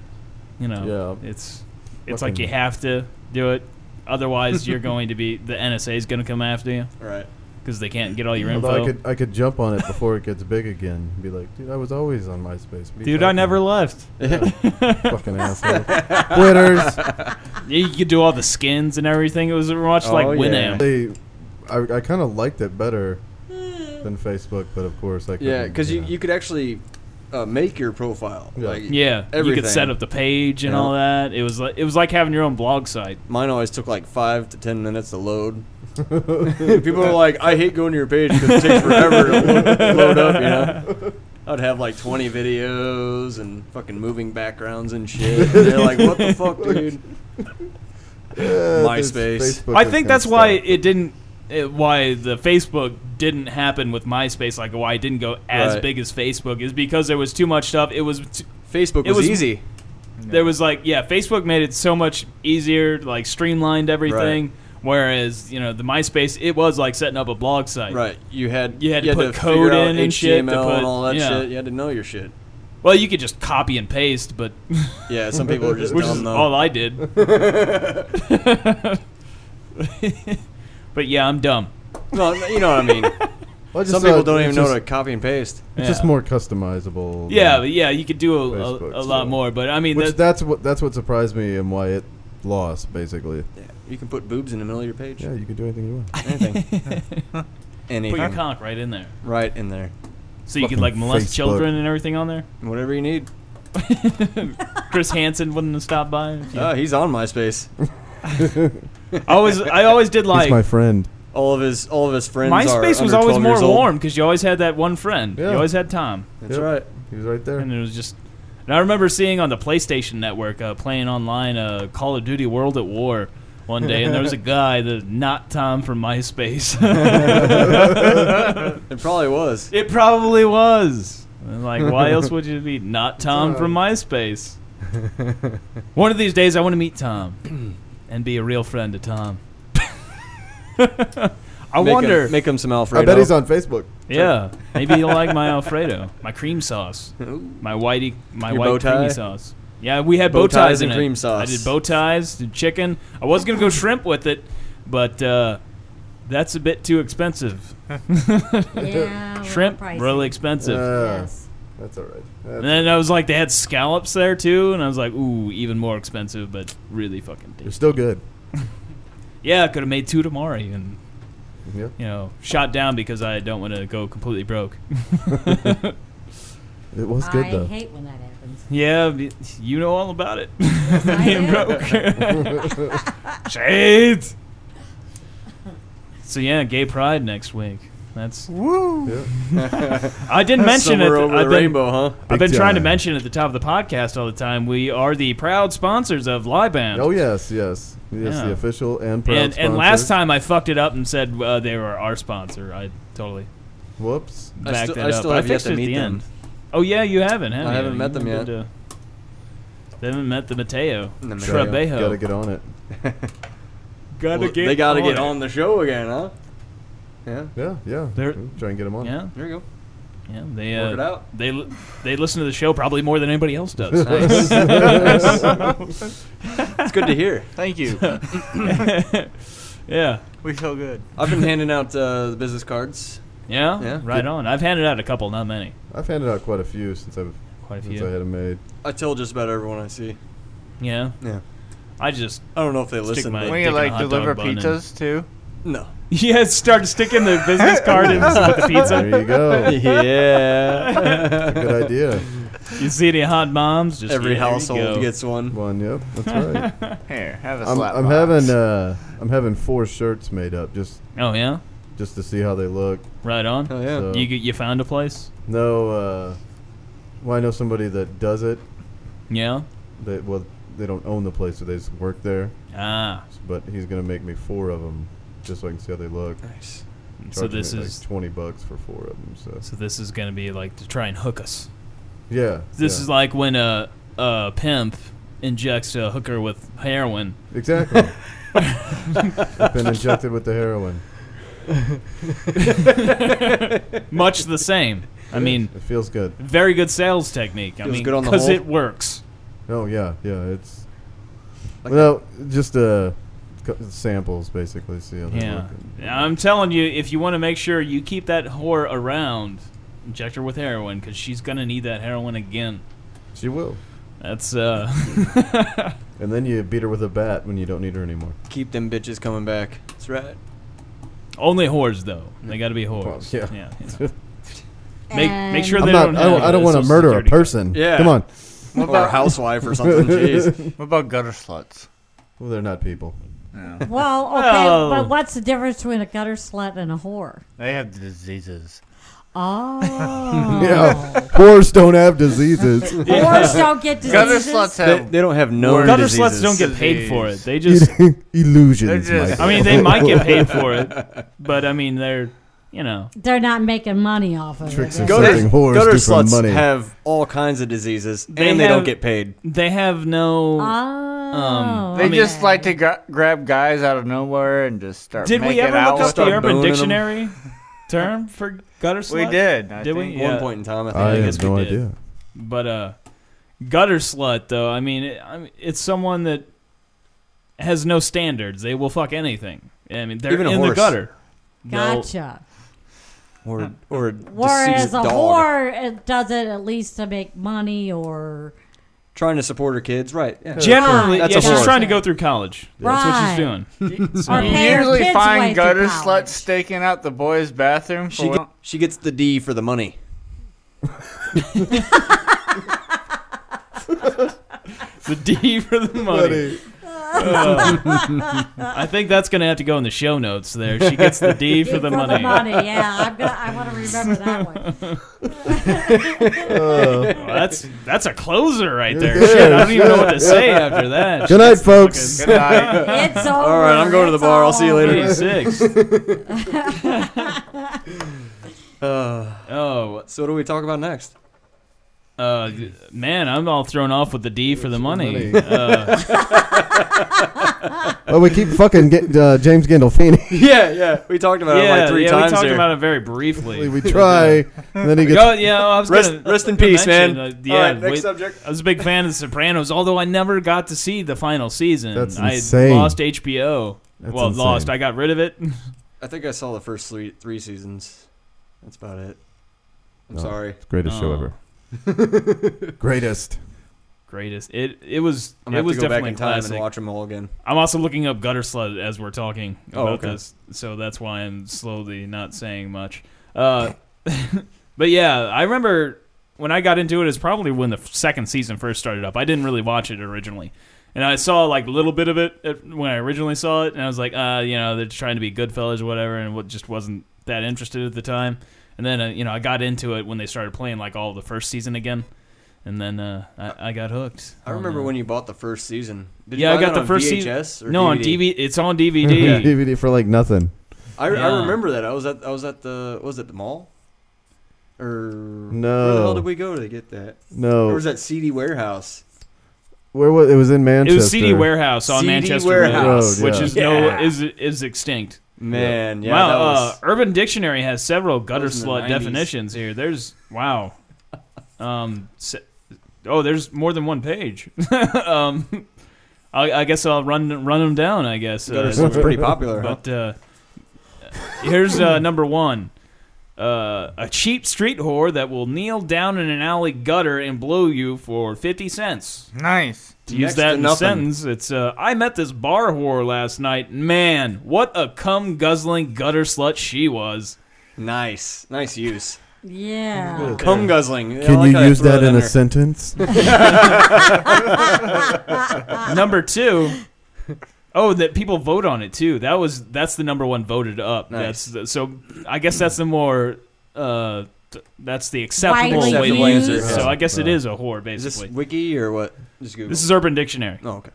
you know, Yeah. it's it's like Fucking- you have to do it. Otherwise, you're going to be the NSA is going to come after you right because they can't get all your Although I info. could, I could jump on it before it gets big again. And be like, dude, I was always on MySpace. What are Dude, you talking I never about?" left. fucking asshole. Quitters. Yeah, you could do all the skins and everything. It was much like Oh, yeah. Winamp. They, I, I kind of liked it better Hmm. than Facebook, but of course, I Yeah, couldn't, because you, know. you could actually uh, make your profile. Yeah. Like, Yeah, you Everything. could set up the page and Yeah. all that. It was like it was like having your own blog site. Mine always took like five to ten minutes to load. People are like, I hate going to your page because it takes forever to lo- load up. You know, I'd have like twenty videos and fucking moving backgrounds and shit. And they're like, what the fuck, dude? Yeah, this MySpace. Facebook I is think gonna that's why stop. it didn't. It, why the Facebook didn't happen with MySpace, like why it didn't go as Right. big as Facebook, is because there was too much stuff. It was t- Facebook It was, was- easy. there was like yeah, Facebook made it so much easier, like streamlined everything. Whereas you know the MySpace, it was like setting up a blog site. Right. You had You had to put to code figure out in and shit to HTML put- and all that yeah. shit. You had to know your shit. Well, you could just copy and paste, but Yeah, some people are just which dumb, is though. All I did. but yeah, I'm dumb. Well, you know what I mean. Well, I just some thought people don't it's even know just- how to copy and paste. It's just more customizable. than- Yeah, but yeah, you could do a, a, Facebook, a lot so- more. But I mean, Which that, that's what that's what surprised me and why it lost basically. Yeah, you can put boobs in the middle of your page. Yeah, you can do anything you want. Anything. Anything. put your conk right in there, right in there. so you could like molest Facebook. children and everything on there. Whatever you need. Chris Hansen wouldn't have stopped by. if you- Ah, he's on MySpace. I always, I always did He's my like. friend. All of his, all of his friends. are MySpace was under always 12 more years old. warm because you always had that one friend. You Yeah. always had Tom, That's Yep. right. He was right there. and it was just. And I remember seeing on the PlayStation Network uh, playing online uh, Call of Duty World at War one day, and there was a guy that not Tom from MySpace. It probably was. It probably was. And, like, why else would you be not Tom from MySpace? One of these days, I want to meet Tom and be a real friend to Tom. I Make him- wonder. make him some Alfredo. I bet he's on Facebook. yeah, maybe he'll like my Alfredo, my cream sauce, my whitey, my Your white bow tie? creamy sauce. Yeah, we had bow, Bow ties in and it. cream sauce. I did bow ties, did chicken. I was gonna go shrimp with it, but uh, that's a bit too expensive. Yeah, well, Shrimp, pricey. really expensive. Uh, Yes. that's all right. And then I was like, they had scallops there too, and I was like, ooh, even more expensive, but really fucking They're tasty. still good. Yeah, I could have made two tomorrow, and Yeah. you know, shot down because I don't want to go completely broke. It was good I though. hate when that happens. yeah, b- you know all about it. I Being do. broke. Shades. So yeah, gay pride next week. That's Yeah. I didn't mention Somewhere it. over I've the been- rainbow, huh? I've Big been trying to time. mention at the top of the podcast all the time. We are the proud sponsors of Liband. Oh yes, yes, yes. Yeah. The official and proud and, and last sponsor. time I fucked it up and said uh, they were our sponsor. I totally whoops. I backed still- that I up. still But have I yet fixed to it at meet the them. end. Oh yeah, you haven't, have I you? haven't met them You've yet. been to- they haven't met the Mateo. The Mateo. Gotta- Trebejo. Gotta get on it. Gotta Well, they got to get on the show again, huh? Yeah. Yeah, yeah. They're- Mm, Try and get him on. Yeah, There you yeah. They Work it uh, out. they li- they listen to the show probably more than anybody else does. go. Nice. it's good to hear. Thank you. yeah, we feel good. I've been handing out uh, the business cards. yeah, Yeah. Right on. I've handed out a couple, not many. I've handed out quite a few since I've Quite a since I few. had them made. I tell just about everyone I see. Yeah. Yeah. I just I don't know if they Stick listen. my- But When you dick in a like hot dog deliver bun and- pizzas too. no. yeah start sticking the business card in with the pizza. There you go. Yeah. Good idea. You see any hot moms? Just Every yeah, there you household go. gets one. One. Yep. That's right. Here, have a I'm, slap. I'm box. having uh, I'm having four shirts made up just Oh yeah, just to see how they look. right on. Oh yeah. So- You g- you found a place? No, uh, well, I know somebody that does it. Yeah. That well, they don't own the place, so they just work there. Ah, But he's gonna make me four of them just so I can see how they look. Nice. so Charging this me, is like twenty bucks for four of them. So so this is gonna be like to try and hook us. yeah, This yeah. is like when a a pimp injects a hooker with heroin. exactly. I've been injected with the heroin. Much the same. I mean, It feels good. very good sales technique. I Feels mean, good on the because whole. it works. Oh yeah, yeah. It's Like- well, no, just uh, co- samples basically. See how they Yeah. look. I'm telling you, if you want to make sure you keep that whore around, inject her with heroin because she's gonna need that heroin again. She will. That's uh. And then you beat her with a bat when you don't need her anymore. Keep them bitches coming back. That's right. Only whores though. They got to be whores. Mm. Well, Oh, yeah. yeah. yeah. Make make sure And- I'm they not, don't. I don't, have I don't a want to social murder a security card. person. Yeah. Come on. What Or a about, housewife or something. Jeez. what about gutter sluts? Well, they're not people. Well, okay, Well- but what's the difference between a gutter slut and a whore? They have diseases. Oh, Yeah. Whores don't have diseases. whores don't get diseases. Gutter sluts They, have. they don't have no Gutter Gutter diseases. sluts don't get paid Disease. for it. They just. Illusions. They're just- Michael. I mean, they might get paid for it, but I mean, they're you know. They're not making money off of Tricks it. and Go stuff. Something whores gutter do for sluts money. have all kinds of diseases, They and they have- don't get paid. They have no. Oh, Um, They I mean- just like to gra- grab guys out of nowhere and just start. Did we making ever out look up with the them. Urban Dictionary term for gutter We slut? did, I did we? think. At Yeah. one point in time, I think. I, guess have no we did. idea. But uh, gutter slut though. I mean, it, I mean, it's someone that has no standards. They will fuck anything. I mean, they're Even a in the horse. gutter. They'll- Gotcha. Or or a Whereas deceased a dog whore it does it at least to make money or trying to support her kids, right? Yeah. Generally, That's yeah, a she's whore. trying to go through college. That's Right. what she's doing. So- Or You pay your usually kids' way find through gutter college. sluts staking out the boys' bathroom. For She when- get, she gets the D for the money. the D for the money. Uh, I think that's gonna have to go in the show notes. There, she gets the D for the money. Yeah, I'm gonna, I want to remember that one. Well, that's that's a closer right there. Shit, I don't even know what to say after that. Good night, folks. Good night. It's over. All right, I'm going to the it's bar. I'll see you over. later. Twenty six. Uh, Oh so what do we talk about next? uh, man, I'm all thrown off with the D for the money. Uh, Well, we keep fucking get, uh, James Gandolfini. Yeah, yeah. We talked about it yeah, like three yeah, we times talked here. about it very briefly. we try, and then he gets. Go, yeah, I was Rest, gonna, rest in gonna peace, mention, man. uh, yeah, All right, next we- subject. I was a big fan of The Sopranos, although I never got to see the final season. That's I insane. lost HBO. That's well, lost. insane. I got rid of it. I think I saw the first three three seasons. That's about it. I'm No. sorry. Greatest show Oh. ever. Greatest. Greatest. It it was I'm gonna it have was to go back definitely in time classic. and watch them all again. I'm also looking up gutter slut as we're talking Oh, about okay. this, so that's why I'm slowly not saying much. Uh, but yeah, I remember when I got into it is probably when the f- second season first started up. I didn't really watch it originally, and I saw like a little bit of it at, when I originally saw it, and I was like, uh, you know, they're trying to be good fellas or whatever, and what just wasn't that interested at the time. And then uh, you know, I got into it when they started playing like all the first season again, and then uh, I, I got hooked. Uh, I remember when you bought the first season. Did Oh, Yeah, you I buy got that the on first season- VHS or no, on DVD? DVD, it's on DVD. DVD for like nothing. I, Yeah. I remember that. I was at I was at the what was it the mall? Or where the No. Oh. hell did we go to get that? Or No, was that CD warehouse? where was it? Was in It Manchester. was CD Warehouse on CD Manchester Warehouse. Road, which Road, is Oh, yeah. no Yeah. is is extinct. Man, yeah, wow, that was, uh, Urban Dictionary has several gutter was in the slut 90s. definitions here. There's wow, um, se- oh, there's more than one page. um, I, I guess I'll run run them down. I guess Gutter uh, Slut's pretty popular. huh? but uh, here's uh, number one. Uh, a cheap street whore that will kneel down in an alley gutter and blow you for 50 cents. Nice. To use Next that to in a nothing. sentence, it's uh, I met this bar whore last night. Man, what a cum guzzling gutter slut she was. Nice, nice use. Yeah. Cum guzzling. I Can like you how they use throw that in a there. sentence? number two, oh, that people vote on it too. That was that's the number one voted up. Nice. That's the, so I guess that's the more uh, th- that's the acceptable Widely way to used. use it. So I guess it Yeah. is a whore Is this basically. wiki or what? Just Google. This is Urban Dictionary. oh, okay.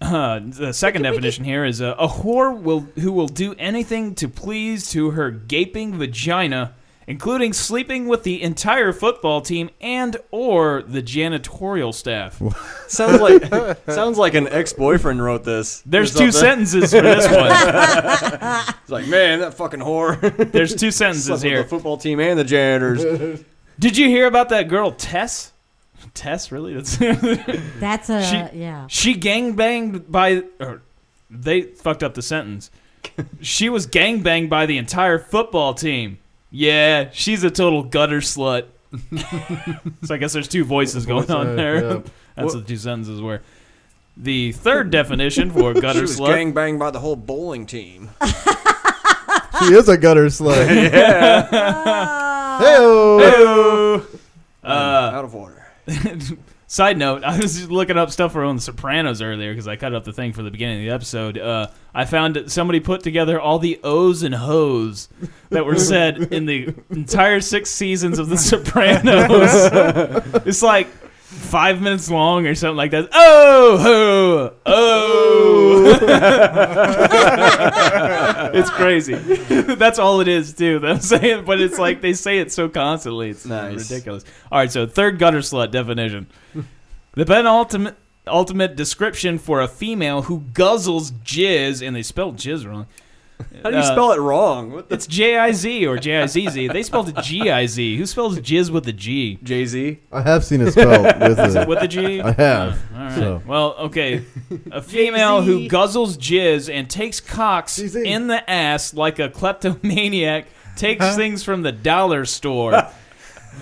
Uh, the second definition here is uh, a whore will who will do anything to please to her gaping vagina, including sleeping with the entire football team and or the janitorial staff. Sounds like sounds like an ex-boyfriend wrote this. There's Or two something. sentences for this one. It's like, man, that fucking whore. There's two Slept sentences with here. the football team and the janitors. Did you hear about that girl Tess? Tess, really? That's That's a She- yeah. she gangbanged by or they fucked up the sentence. She was gangbanged by the entire football team. Yeah, she's a total gutter slut. so I guess there's two voices going uh, on there. That's what the two sentences were. The third definition for she gutter was slut. gang gangbanged by the whole bowling team. She is a gutter slut. Hey. Hey-o. Uh, Out of order. Side note, I was just looking up stuff around The Sopranos earlier because I cut up the thing for the beginning of the episode. Uh, I found that somebody put together all the O's and hoes that were said in the entire six seasons of The Sopranos. it's like five minutes long or something like that. Oh, ho, oh. it's crazy. That's all it is, too. that I'm saying, but it's like they say it so constantly. It's Nice. ridiculous. All right, so third gutter slut definition. The penultimate. ultimate description for a female who guzzles jizz, and they spelled jizz wrong. How do you spell it wrong? What the- Uh, It's J I Z or J I Z Z. They spelled it G I Z. Who spells jizz with a G? Jay Z. I have seen it spelled with Is a, it with a G? I have. Oh, all right. So. Well, okay. A female who guzzles jizz and takes cocks Jay-Z. in the ass like a kleptomaniac takes things from the dollar store.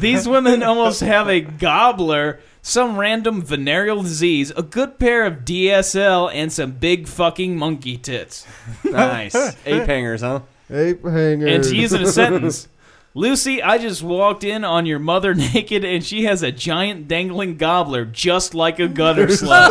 These women almost have a gobbler, some random venereal disease, a good pair of DSL, and some big fucking monkey tits. Nice. Ape hangers, huh? Ape hanger. And she is in a sentence. Lucy, I just walked in on your mother naked, and she has a giant dangling gobbler just like a gutter slut.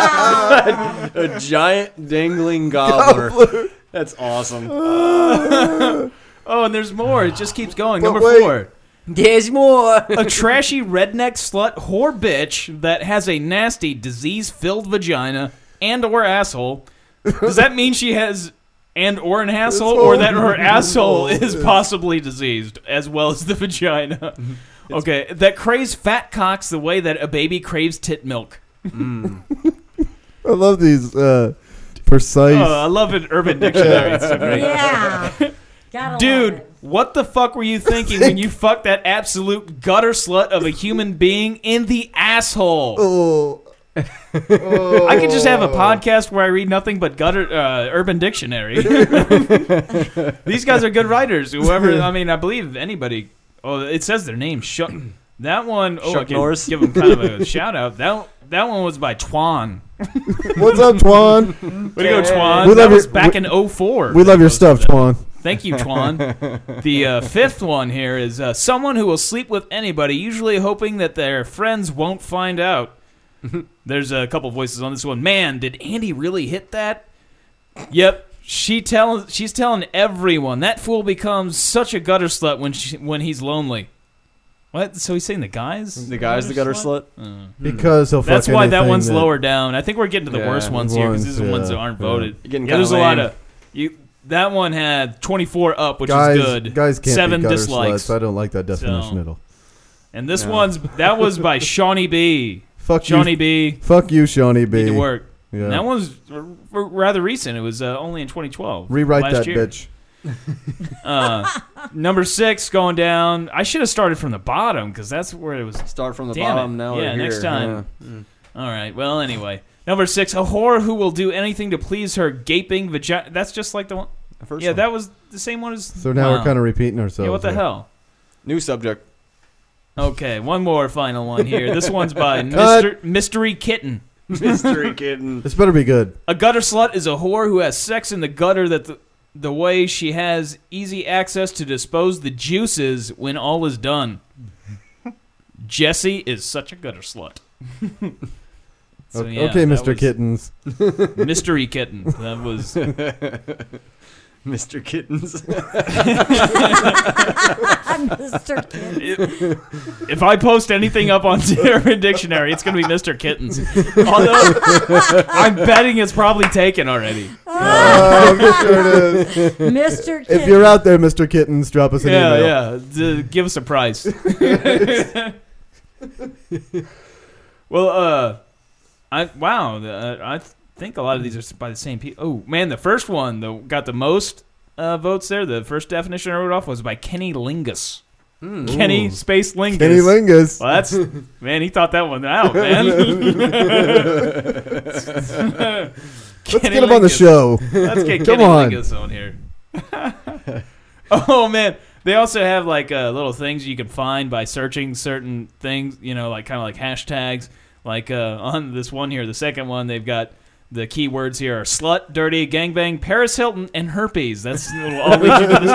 A giant dangling gobbler. That's awesome. Oh, and there's more. It just keeps going. Number wait. four. There's more. A trashy redneck slut whore bitch that has a nasty disease-filled vagina and or asshole. Does that mean she has and or an asshole or that her asshole is possibly diseased as well as the vagina? Okay, that craves fat cocks the way that a baby craves tit milk. I love these uh, precise. Oh, I love it. Urban Dictionary. It's so great. Yeah. Gotta love Dude, it. what the fuck were you thinking when you fucked that absolute gutter slut of a human being in the asshole? oh, I could just have a podcast where I read nothing but gutter uh, Urban Dictionary. These guys are good writers. Whoever, I mean, I believe anybody. Oh, it says their name. Shuck. That one. Oh, I Chuck can Norris. give them kind of a shout out. That that one was by Twan. what's up, Twan? Way to go, Twan. We that love was your- back in 04. We love your Those- stuff, Twan. Thank you, Twan. the uh, fifth one here is uh, someone who will sleep with anybody, usually hoping that their friends won't find out. There's a couple voices on this one. Man, did Andy really hit that? Yep. She tell, she's telling everyone that fool becomes such a gutter slut when she, when he's lonely. What? So he's saying the guys? The guy's the gutter slut. Because he'll That's fuck why that anything one's lower down. I think we're getting to the Yeah, worst ones here because ones, these are ones yeah, that aren't yeah. voted. You're getting yeah, there's a kinda lot lame. of you. That one had 24 up, which guys, is good. Guys can't seven be gutter dislikes, Sluts. I don't like that definition at all. and this No. one's that was by Shawnee B. Fuck Shawnee you, B. fuck you, Shawnee B. Need to work. Yeah. And that one's r- r- rather recent. It was uh, only in 2012. Rewrite last that year. bitch. Uh, number six going down. I should have started from the bottom because that's where it was Start from the Damn it. bottom. Now Yeah, we're next here. time. Yeah. All right. Well, anyway, number six, a whore who will do anything to please her gaping vagina. That's just like the one. The first yeah, one. that was the same one as. So now we're kind of repeating ourselves. Yeah, what the here. hell? new subject. Okay, one more final one here. This one's by Cut. Mister, Mystery Kitten. Mystery kitten. This better be good. A gutter slut is a whore who has sex in the gutter that the, the way she has easy access to dispose the juices when all is done. Jesse is such a gutter slut. So, okay, yeah, okay, that Mr. was- Kittens. Mystery Kitten. That was Mr. Kittens. I'm Mr. Kid. If if I post anything up on Urban Dictionary, it's going to be Mr. Kittens. Although I'm betting it's probably taken already. oh, I'm sure it is. Mr. Kid. If you're out there, Mr. Kittens, drop us an Yeah, yeah. email. D- give us a price. well, uh, I wow, the- uh, I th- think a lot of these are s- by the same people. Oh man, the first one though got the most uh, votes there. The first definition I wrote off was by Kenny Lingus. Kenny Space Lingus. Kenny Lingus. Well, that's man. He thought that one out, man. Let's get him on the show. Let's get Come Kenny on. Lingus on here. oh man, they also have like uh, little things you can find by searching certain things. You know, like kind of like hashtags. Like uh, on this one here, the second one, they've got the keywords here are slut, dirty, gangbang, Paris Hilton, and herpes. That's all we get to this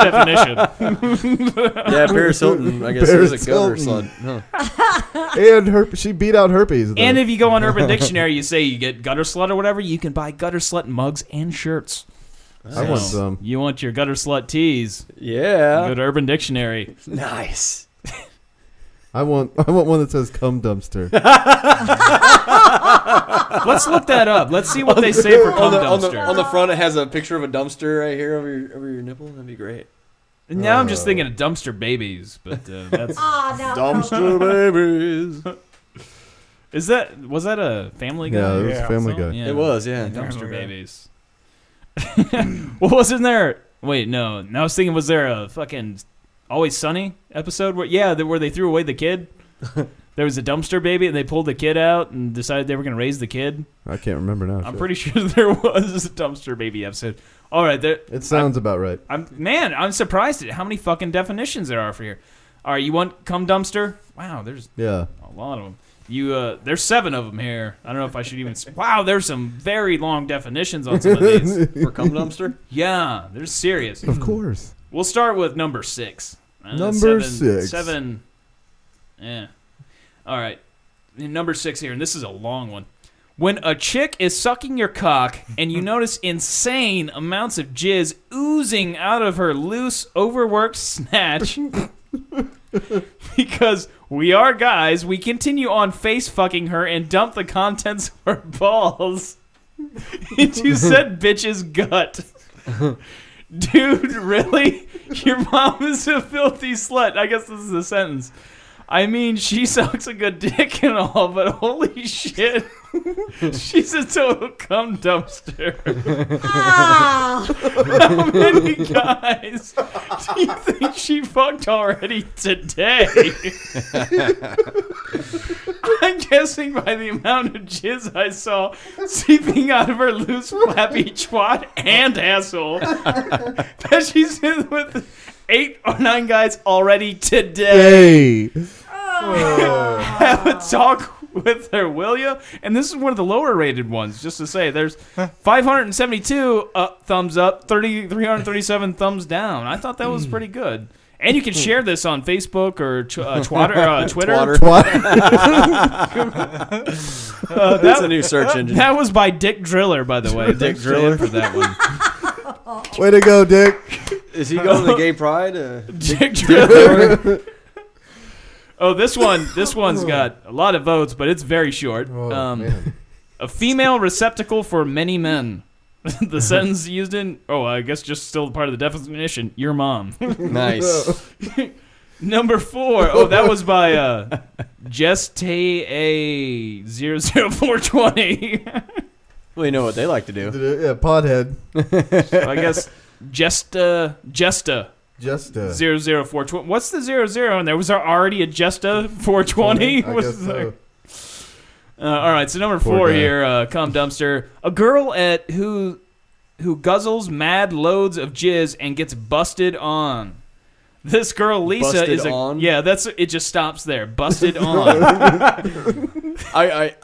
definition. yeah, Paris Hilton. I guess Paris is a gutter Hilton. slut. Huh. and her, she beat out herpes. though. And if you go on Urban Dictionary, you say you get gutter slut or whatever, you can buy gutter slut mugs and shirts. I want some. You want your gutter slut tees? Yeah. Go to Urban Dictionary. Nice. I want I want one that says "cum dumpster." Let's look that up. Let's see what they say for On cum the, on, the, on dumpster. the front, it has a picture of a dumpster right here over your, over your nipple. That'd be great. Now I'm just thinking of uh, Ah, dumpster babies, but uh, that's Oh, no. Dumpster babies. Is that was that a Family Guy? Yeah, it was or Family something? Guy. Yeah. It was, yeah. Dumpster Family Guy. babies. what was in there? Wait, no. No, I was thinking, was there a fucking Always Sunny episode? Where yeah, the- where they threw away the kid. there was a dumpster baby, and they pulled the kid out and decided they were going to raise the kid. I can't remember now. I'm shit. pretty sure there was a dumpster baby episode. All right, there. It sounds about right. I'm man, I'm surprised at how many fucking definitions there are for here. All right, you want come dumpster? Wow, there's Yeah. a lot of them. You uh, there's seven of them here. I don't know if I should even. s- Wow, there's some very long definitions on some of these. For cum dumpster? Yeah, they're serious. Of course. We'll start with number six. Uh, Number seven, six. Seven. Yeah. All right. And Number six here, and this is a long one. When a chick is sucking your cock and you notice insane amounts of jizz oozing out of her loose, overworked snatch, because we are guys, we continue on face fucking her and dump the contents of her balls into said bitch's gut. Dude, really? Your mom is a filthy slut. I guess this is a sentence. I mean, she sucks a good dick and all, but holy shit. She's a total cum dumpster. Oh, How many guys do you think she fucked already today? I'm guessing by the amount of jizz I saw seeping out of her loose, flappy twat and asshole that she's in with eight or nine guys already today Hey. have Uh. a talk with her, will you? And this is one of the lower rated ones, just to say. There's 572 uh, thumbs up, 30, 337 thumbs down. I thought that Hmm. was pretty good. And you can share this on Facebook or tw- uh, Twatter, uh, Twitter. Twatter. What? Uh, That's a that, new search engine. that was by Dick Driller, by the way. Dick Thanks, Driller? Jay, for that one. Way to go, Dick. Is he going to the gay pride? Uh, Dick Driller. oh, this one. This one's got a lot of votes, but it's very short. Oh, um, man. A female receptacle for many men. the sentence used in, oh, I guess just still part of the definition, your mom. nice. Number four. Oh, that was by uh, Jesta00420. Well, you know what they like to do. Yeah, Podhead. I guess Jesta, Jesta00420. Just uh, What's the zero zero in there? Was there already a Jesta420? I Was guess there- so. Uh, all right, so number Poor four guy. here, uh, cum dumpster. A girl at who who guzzles mad loads of jizz and gets busted on. This girl Lisa Busted is a on? yeah. That's it. Just stops there. Busted on. I, I,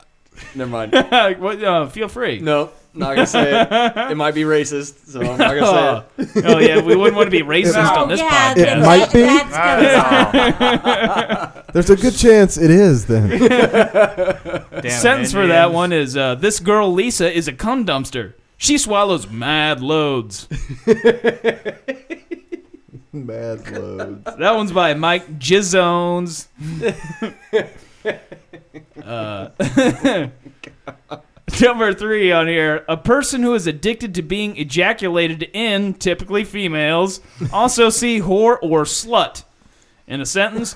never mind. What, uh, feel free. No, not gonna say it. It might be racist, so I'm not gonna Oh. oh yeah, we wouldn't want to be racist on this yeah, podcast. that, It might that- be. That's gonna Oh, suck. There's a good chance it is then. Damn Sentence for Indians. that one is uh, this girl Lisa is a cum dumpster. She swallows mad loads. Mad loads. That one's by Mike Jizzones. uh, number three on here: a person who is addicted to being ejaculated in, typically females, also see whore or slut. In a sentence,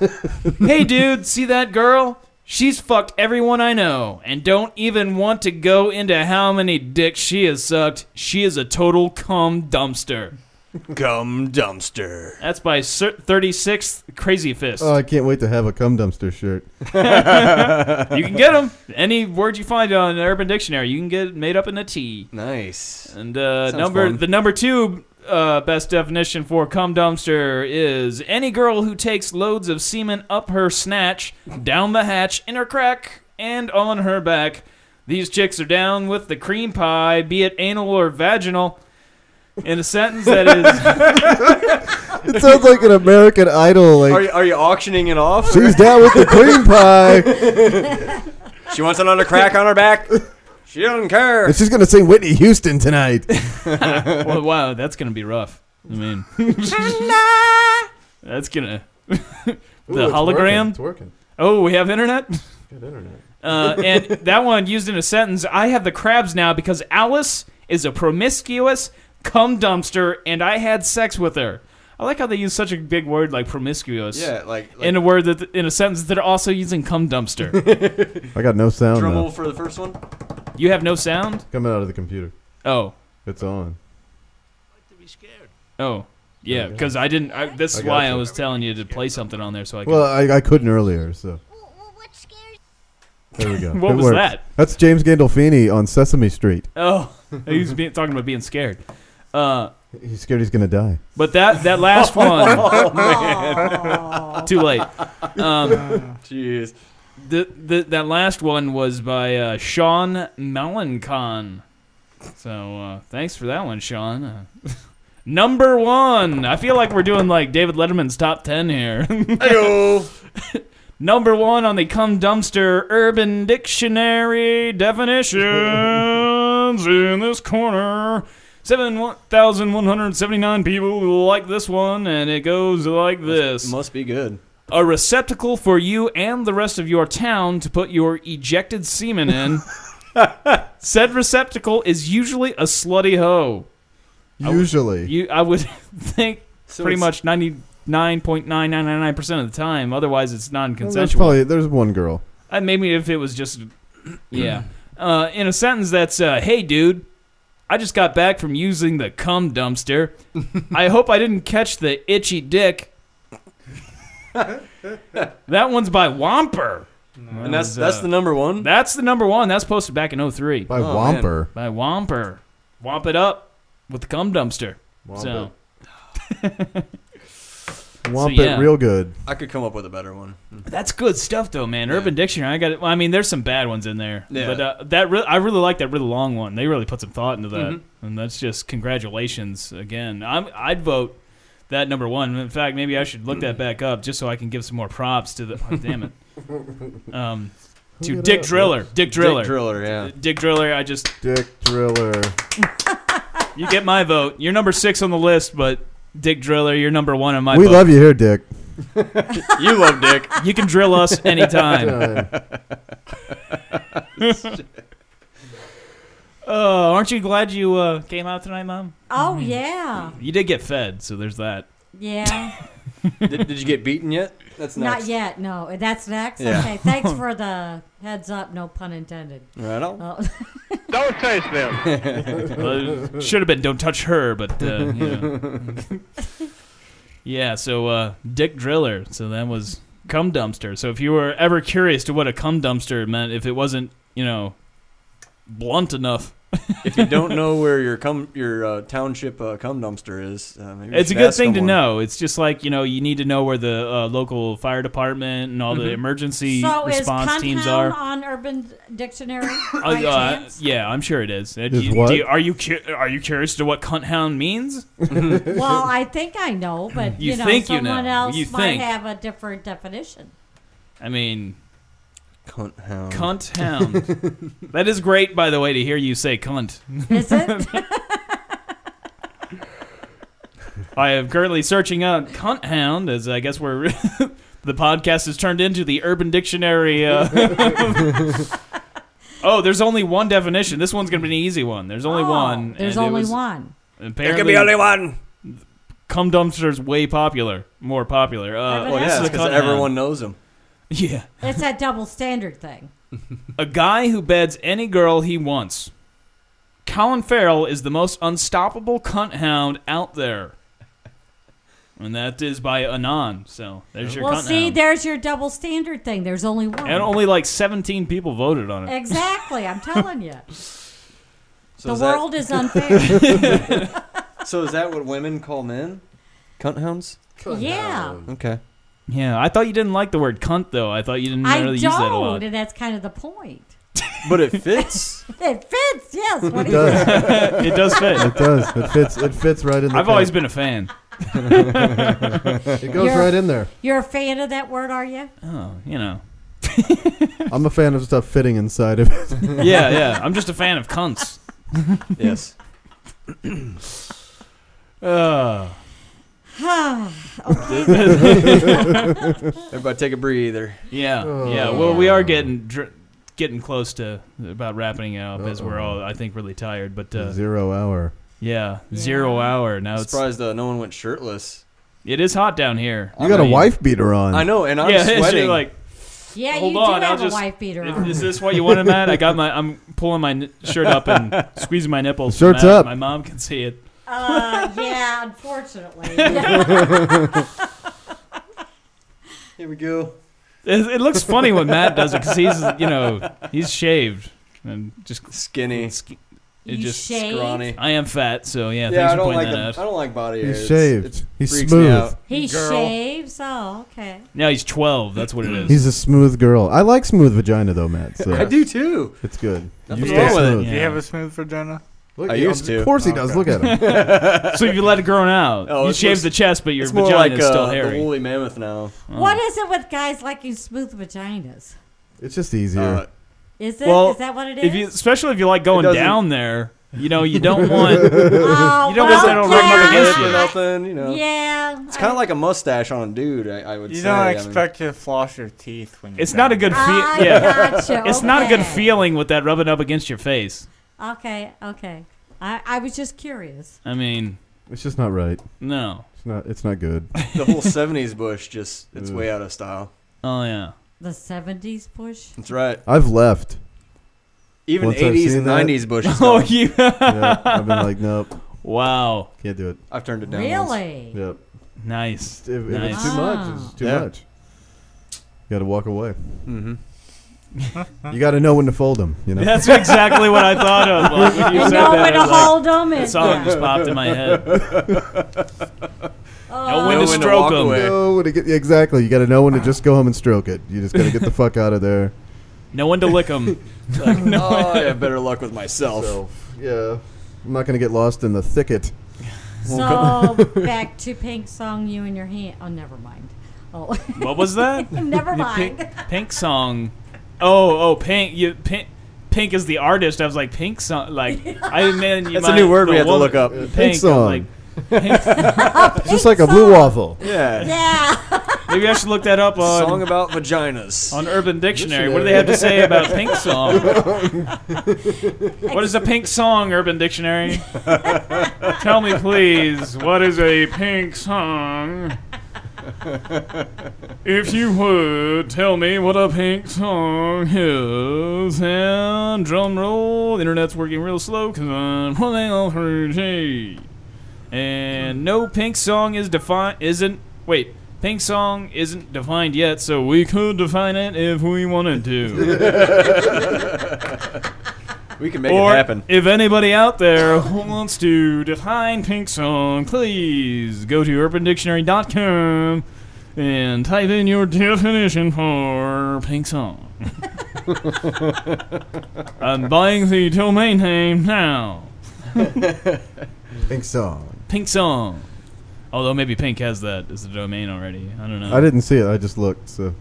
hey dude, see that girl? She's fucked everyone I know, and don't even want to go into how many dicks she has sucked. She is a total cum dumpster. say it. Cum dumpster. That's by Sir- 36th Crazy Fist. Oh, I can't wait to have a cum dumpster shirt. you can get them. Any word you find on Urban Dictionary, you can get it made up in a T. Nice. And uh, Sounds number fun. the number two uh, best definition for cum dumpster is any girl who takes loads of semen up her snatch, down the hatch, in her crack, and on her back. These chicks are down with the cream pie, be it anal or vaginal. In a sentence that is, It sounds like an American Idol. Are Like you, are you auctioning it off? she's down with the cream pie, She wants another crack on her back. She doesn't care. and she's gonna sing Whitney Houston tonight. well, wow, that's gonna be rough. I mean, that's gonna the hologram. It's working. Oh, we have internet? Good internet. Uh, and that one used in a sentence I have the crabs now because Alice is a promiscuous cum dumpster and I had sex with her. I like how they use such a big word like promiscuous. Yeah, like- in a word that in a sentence that they're also using cum dumpster. I got no sound. Drum though. roll for the first one. you have no sound. Coming out of the computer. Oh, It's on. oh, yeah. There you go. Because I didn't. I, this I is got why you. I was telling you to play something on there so I. Could, Well, I, I couldn't earlier, so. There we go. What It was worked. that? That's James Gandolfini on Sesame Street. oh, he was being, talking about being scared. Uh, He's scared he's gonna die. But that that last one, Oh, man. too late. Um, Jeez. The, the that last one was by uh, Sean Melancon. So uh, thanks for that one, Sean. Uh, number one. I feel like we're doing like David Letterman's top ten here. Number one on the Cum Dumpster Urban Dictionary definitions in this corner. 7,179 people like this one, and it goes like this Must be good. A receptacle for you and the rest of your town to put your ejected semen in. Said receptacle is usually a slutty hoe. Usually. You, I would think So pretty it's- much 99.999% of the time. Otherwise, it's non Well, there's consensual. probably there's one girl. Uh, maybe if it was just, yeah. Mm-hmm. Uh, in a sentence that's, uh, hey, dude, I just got back from using the cum dumpster. I hope I didn't catch the itchy dick. that one's by Womper. And that's that's the number one. uh, That's the number one. That's posted back in 03. By Oh, man. Womper. By Womper. Womp it up with the cum dumpster. Womp So, Womp So, yeah. it real good. I could come up with a better one. that's good stuff, though, man. Urban Dictionary. I got. It. Well, I mean, there's some bad ones in there, Yeah. but uh, that re- I really like that really long one. They really put some thought into that, and that's just congratulations again. I'm, I'd vote that number one. In fact, maybe I should look that back up just so I can give some more props to the. Oh, damn it. Um, to it Dick up, Driller. Dick Driller. Dick Driller, yeah. Dick Driller. I just Dick Driller. you get my vote. You're number six on the list, but Dick Driller, you're number one on my. we vote. love you here, Dick. You love Dick. You can drill us anytime. Uh, Oh, aren't you glad you uh, came out tonight, Mom? Oh yeah, You did get fed, so there's that. yeah. did, did you get beaten yet? That's Not next. yet. No, that's next. Yeah. Okay, thanks for the heads up. No pun intended. Right on. Oh. Don't touch them. Well, Should have been don't touch her, but uh, yeah. yeah. So uh, Dick Driller. So that was cum dumpster. So if you were ever curious to what a cum dumpster meant, if it wasn't you know blunt enough, If you don't know where your cum, your uh, township uh, cum dumpster is, uh, maybe you it's a should good ask thing someone. to know. It's just like you know you need to know where the uh, local fire department and all the emergency Mm-hmm. so is response Cunhound teams are. on Urban Dictionary? Uh, by uh, chance? yeah, I'm sure it is. Uh, Is you- what? you- are you cu- are you curious to what cunt hound means? well, I think I know, but You you, know, think you know. someone else You might think. have a different definition. I mean, Cunt hound. cunt hound. that is great, by the way, to hear you say cunt. Is it? I am currently searching out cunt hound, as I guess we're the podcast has turned into the Urban Dictionary. Uh, oh, there's only one definition. This one's gonna be an easy one. There's only Oh, one. There's and it only was- one. There could Apparently, be only one. cum dumpster's way popular, more popular. Uh, Urban Well, That's yeah, the because cunt everyone hound. knows him. Yeah. It's that double standard thing. A guy who beds any girl he wants. Colin Farrell is the most unstoppable cunt hound out there. And that is by Anon. So there's your well, cunt see, hound. there's your double standard thing. There's only one. And only like 17 people voted on it. exactly. I'm telling you, So the is world is unfair. That, so is that what women call men? Cunt hounds. yeah. Okay. Yeah, I thought you didn't like the word cunt, though. I thought you didn't I really don't, use that a lot. and that's kind of the point. But it fits. It fits, yes. What do you it think? does. It does fit. It does. It fits. It fits right in. The I've always been a fan. It goes You're- right in there. You're a fan of that word, are you? Oh, you know. I'm a fan of stuff fitting inside of it. Yeah, yeah. I'm just a fan of cunts. yes. Uh, Everybody take a breather. Yeah, yeah. Well, we are getting dr- getting close to about wrapping it up as we're all, I think, really tired. But uh, Zero hour. yeah, zero hour now. It's Surprised uh, no one went shirtless. It is hot down here. You got a wife beater on. I know, and I'm yeah, it's sweating. just like Yeah, Hold you on, do I'll have a just- wife beater Is- on. Is this what you wanted, Matt? I got my. I'm pulling my n- shirt up and squeezing my nipples. Shirt's Matt, up. My mom can see it. Uh, yeah, unfortunately. Here we go. It, it looks funny when Matt does it because he's you know he's shaved and just Skinny, sk- it you just. shave? scrawny. I am fat, so yeah. yeah, thanks I for don't pointing like that the- I out. don't like body hair. He's It's- shaved. it's- He's freaks me smooth. out. He Girl. shaves. Oh, okay. No, he's twelve. That's what it is. He's a smooth girl. I like smooth vagina though, Matt. So I do too. It's good. Nothing's stay wrong with it. smooth. Do you Yeah. have a smooth vagina? Look, I he- used to. Of course he Oh, does. okay. Look at him. so if you let it grow out, Oh, you it's shave just- the chest, but your it's more vagina like is still uh, the hairy. woolly mammoth now. Oh. What is it with guys liking smooth vaginas? It's just easier. Uh, Is it? Well, is that what it is? if you, especially if you like going doesn't- down there, you know you don't want. oh, you don't well, want that to rub up yeah. against or nothing, you know. Yeah. It's kind of like a mustache on a dude. I, I would You say. don't I mean. expect to floss your teeth when you're It's not a done. good I feel. Yeah. gotcha. It's not a good okay. feeling with that rubbing up against your face. Okay, okay. I, I was just curious. I mean, it's just not right. no. It's not. It's not good. the whole '70s bush just—it's way out of style. Oh yeah. The 70s bush? That's right. I've left. Even Once I've '80s seen and that- '90s bush. is Oh gone. you. Yeah, I've been like, nope, wow. can't do it. I've turned it down. once. Really? Yep. Nice. If, if it's Nice. too much, it's just too Yeah. much. You got to walk away. Mhm. Mm-hmm. You got to know when to fold them. You know. That's exactly what I thought of. Like, when you You said know that, when I to was like, hold them. that song just popped in my head. Oh, when Know when to to stroke walk 'em. away. Know when to get- exactly. You got to know when to just go home and stroke it. You just got to get the fuck out of there. No one to lick them. Like, no, I have Oh, better luck with myself. So yeah, I'm not gonna get lost in the thicket. so back to Pink's song, You and Your Hand. Oh, never mind. Oh, What was that? never Pink, mind. Pink song. Oh, oh, Pink. You Pink. Pink is the artist. I was like Pink song. Like I mean, you That's a might- new word the we have to woman- look up. Pink, Pink I'm song. Like, Pink- It's just like a blue waffle. Yeah. Yeah. maybe I should look that up on Song about vaginas. on Urban Dictionary. What do they have to say about pink song? what is a pink song, Urban Dictionary? Tell me, please, what is a pink song? If you would tell me what a pink song is, and drum roll, the internet's working real slow because I'm running off her G. And no pink song is defined isn't wait, pink song isn't defined yet, so we could define it if we wanted to. We can make or it happen. if anybody out there who wants to define pink song, please go to urbandictionary.com and type in your definition for pink song. I'm buying the domain name now. Pink song. Pink song. Although maybe Pink has that as the domain already. I don't know. I didn't see it. I just looked. So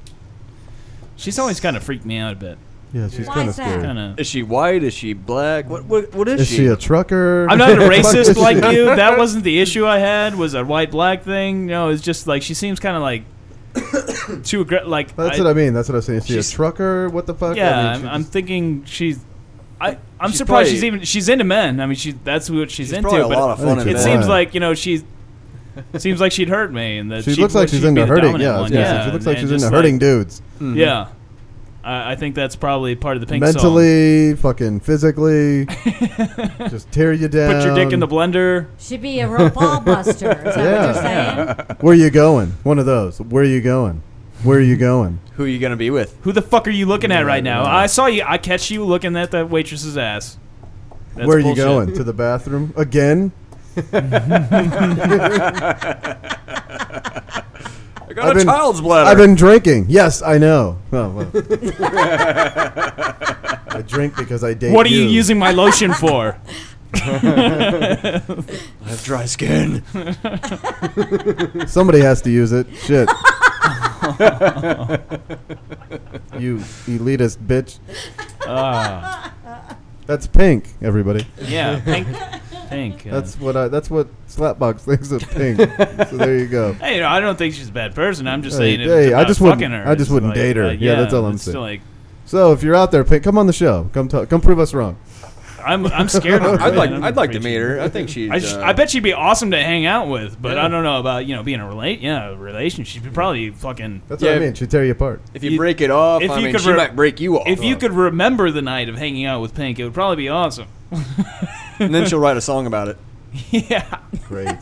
She's always kind of freaked me out a bit. yeah, she's Why kind of is that? scary. Kind of. Is she white? Is she black? What? What? What is, Is she a trucker? I'm not a What the fuck racist is like she? you. That wasn't the issue I had. Was a white black thing. No, it's just like she seems kind of like too aggra- like. That's I, what I mean. That's what I'm saying. Is she a She's- trucker? What the fuck? Yeah, I I mean, she am I'm just- thinking she's. I, I'm She's surprised she's probably- even she's into men. I mean, she that's what she's, She's into. probably a but lot of I think fun. in it she's bed. seems Yeah. like you know she's. Seems like she'd hurt me, and that she she'd- looks like she's she'd be into the hurting. dominant Yeah, one. yeah, She looks like and she's just into hurting dudes. Yeah, I, I think that's probably part of the pink song. Mentally, fucking physically, just tear you down. Put your dick in the blender. Should be a real ball buster. Is that what Yeah. you're saying? Where you going? One of those. Where you going? Where you going? Who are you gonna be with? Who the fuck are you looking at right now? I saw you. I catch you looking at that waitress's ass. That's Where are you bullshit. going? To the bathroom again? I got I've a been- child's bladder. I've been drinking. Yes, I know. Oh, well. I drink because I date. What are you using my lotion for? I have dry skin. Somebody has to use it. Shit. you elitist bitch. Ah, That's pink, everybody. yeah, pink. Pink. uh, That's what I. That's what Slapbox thinks of pink. so there you go. Hey, you know, I don't think she's a bad person. I'm just Hey, saying. if hey, it's I about just fucking wouldn't- her, I just it's wouldn't like- date her. like, Yeah, that's all I'm it's saying. Like, So if you're out there, pink, come on the show. Come talk. Come prove us wrong. I'm I'm scared. Of her, I'd like- man. I'm I'd like afraid to meet she- her. I think she'd, I, just- uh, I bet she'd be awesome to hang out with, but Yeah. I don't know about you know being a relate. Yeah, a relationship. She'd probably fucking. That's what I mean. She tear you apart. If you, break it off, if I you mean, could she re- might break you off. If you could remember the night of hanging out with Pink, it would probably be awesome. and then she'll write a song about it. yeah. Great.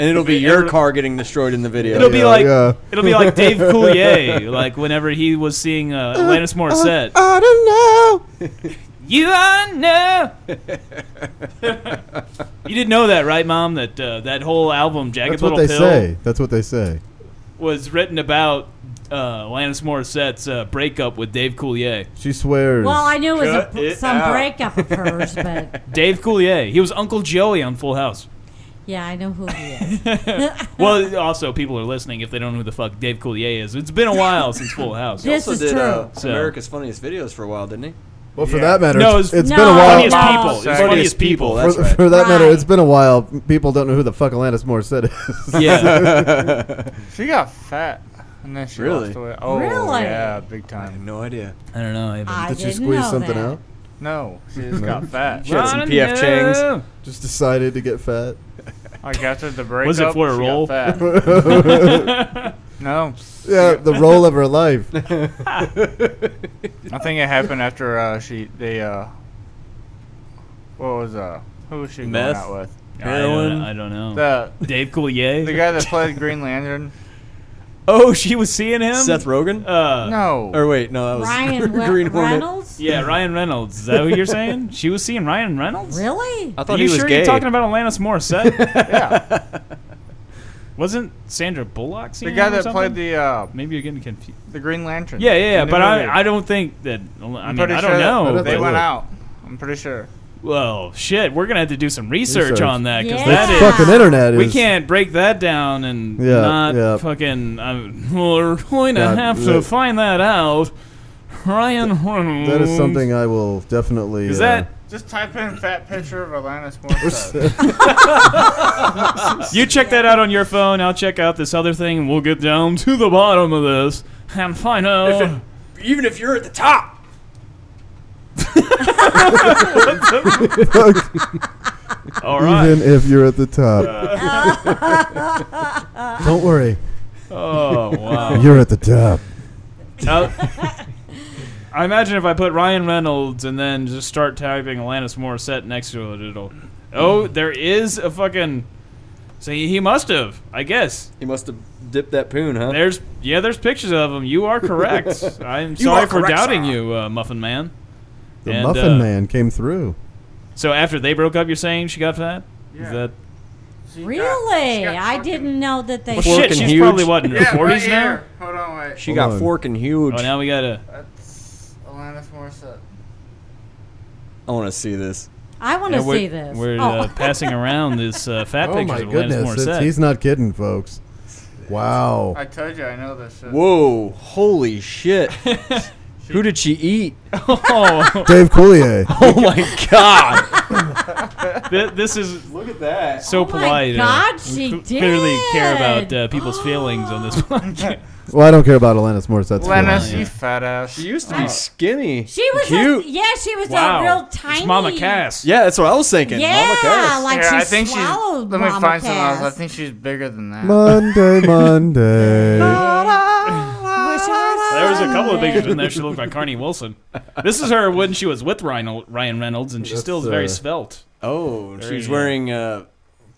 And it'll be your car getting destroyed in the video. It'll be like yeah. it'll be like Dave Coulier, like whenever he was seeing uh, Alanis Morissette. I don't know. You are no. you didn't know that, right, Mom? That uh, that whole album, Jagged That's what Little Pill, they say. That's what they say. was written about uh, Alanis Morissette's uh, breakup with Dave Coulier. She swears. Well, I knew it was Cut a, it some out. breakup of hers, but Dave Coulier. He was Uncle Joey on Full House. yeah, I know who he is. Well, also people are listening if they don't know who the fuck Dave Coulier is. It's been a while since Full House. This also is did true. uh, So- America's Funniest Videos for a while, didn't he? well, for that matter, No, it's, it's- it's No, been a Funniest while. no. people. It's Sorry. funniest people. That's for, right. for that matter, Right. it's been a while. People don't know who the fuck Alanis Morissette is. Yeah. She got fat. And then she Really? lost away. Oh, Really? yeah, big I have time. no idea. I don't know. I haven't- I Did she didn't squeeze know something that. out? No, she just got fat. She had some Run PF Chang's. now. Just decided to get fat. Like after the breakup, Was it for a she got role? fat. no, Yeah, the role of her life. I think it happened after uh, she they uh, what was uh, who was she Meth? going out with? I don't, I don't know. The Dave Coulier. the guy that played Green Lantern. Oh, she was seeing him. Seth Rogen? Uh, No, or wait, no, that was Ryan Re- Green Hornet. Reynolds? Yeah, Ryan Reynolds. Is that what you're saying? She was seeing Ryan Reynolds. Really? I Are thought you he was sure gay. you're talking about Alanis Morissette? yeah, Wasn't Sandra Bullock the seeing guy him or that something? played the uh, Maybe you're getting confused. the Green Lantern. Yeah, yeah, yeah. The But new I, movie. I don't think that. I I'm mean, pretty I sure don't know. don't They think but- went so. out. I'm pretty sure. Well, shit. We're gonna have to do some research, Research. on that because Yeah. That that is. fucking internet is. We can't break that down and Yeah, not yeah. fucking. I'm, we're going to God, have that- to find that out. Ryan Reynolds. That is something I will definitely. Is uh, that Just type in fat picture of Alanis Morissette. You check that out on your phone. I'll check out this other thing, and we'll get down to the bottom of this and find out. If it- even if you're at the top. All even right. if you're at the top. Don't worry, Oh wow. you're at the top. Uh, I imagine if I put Ryan Reynolds and then just start typing Alanis Morissette next to it, it'll. Oh, there is a fucking. So he he must have, I guess. He must have dipped that poon, huh? There's yeah, there's pictures of him. You are correct. I'm sorry are for correct, doubting sir. you, uh, Muffin Man. The And, Muffin uh, Man came through. So after they broke up, you're saying she got fat? Is Yeah. that Really? I didn't know that they. Well, Fork shit, and she's huge. probably what in her Yeah, right forties now. here. Hold on, wait. She Hold got on. forking huge. Oh, now we gotta. That's Alanis Morissette. I want to see this. I want to Yeah, we're see this. we're oh. uh, passing around this uh, fat Oh pictures my of Alanis goodness, it's- Morissette. he's not kidding, folks. Wow. I told you I know this shit. Whoa! Holy shit! Who did she eat? oh, Dave Coulier. Oh my god! th- this is Look at that. so Oh my polite. uh, God, she we cl- Clearly care about did. uh, people's feelings on this podcast. Well, I don't care about Alanis Morissette. Alanis, you fat ass. She used to be skinny. she was cute. A, yeah, she was wow, a real It's tiny. Mama Cass. yeah, that's what I was thinking. Yeah, Mama Cass. like Here, she I think she's. swallowed Let me Mama find someone else. I Cass. think she's bigger than that. Monday, Monday. Wish I There was a couple of Sunday. pictures in there. She looked like Carney Wilson. This is her when she was with Ryan, Ryan Reynolds, and she That's, still is very uh, svelte. oh, and There she's you go. wearing. Uh,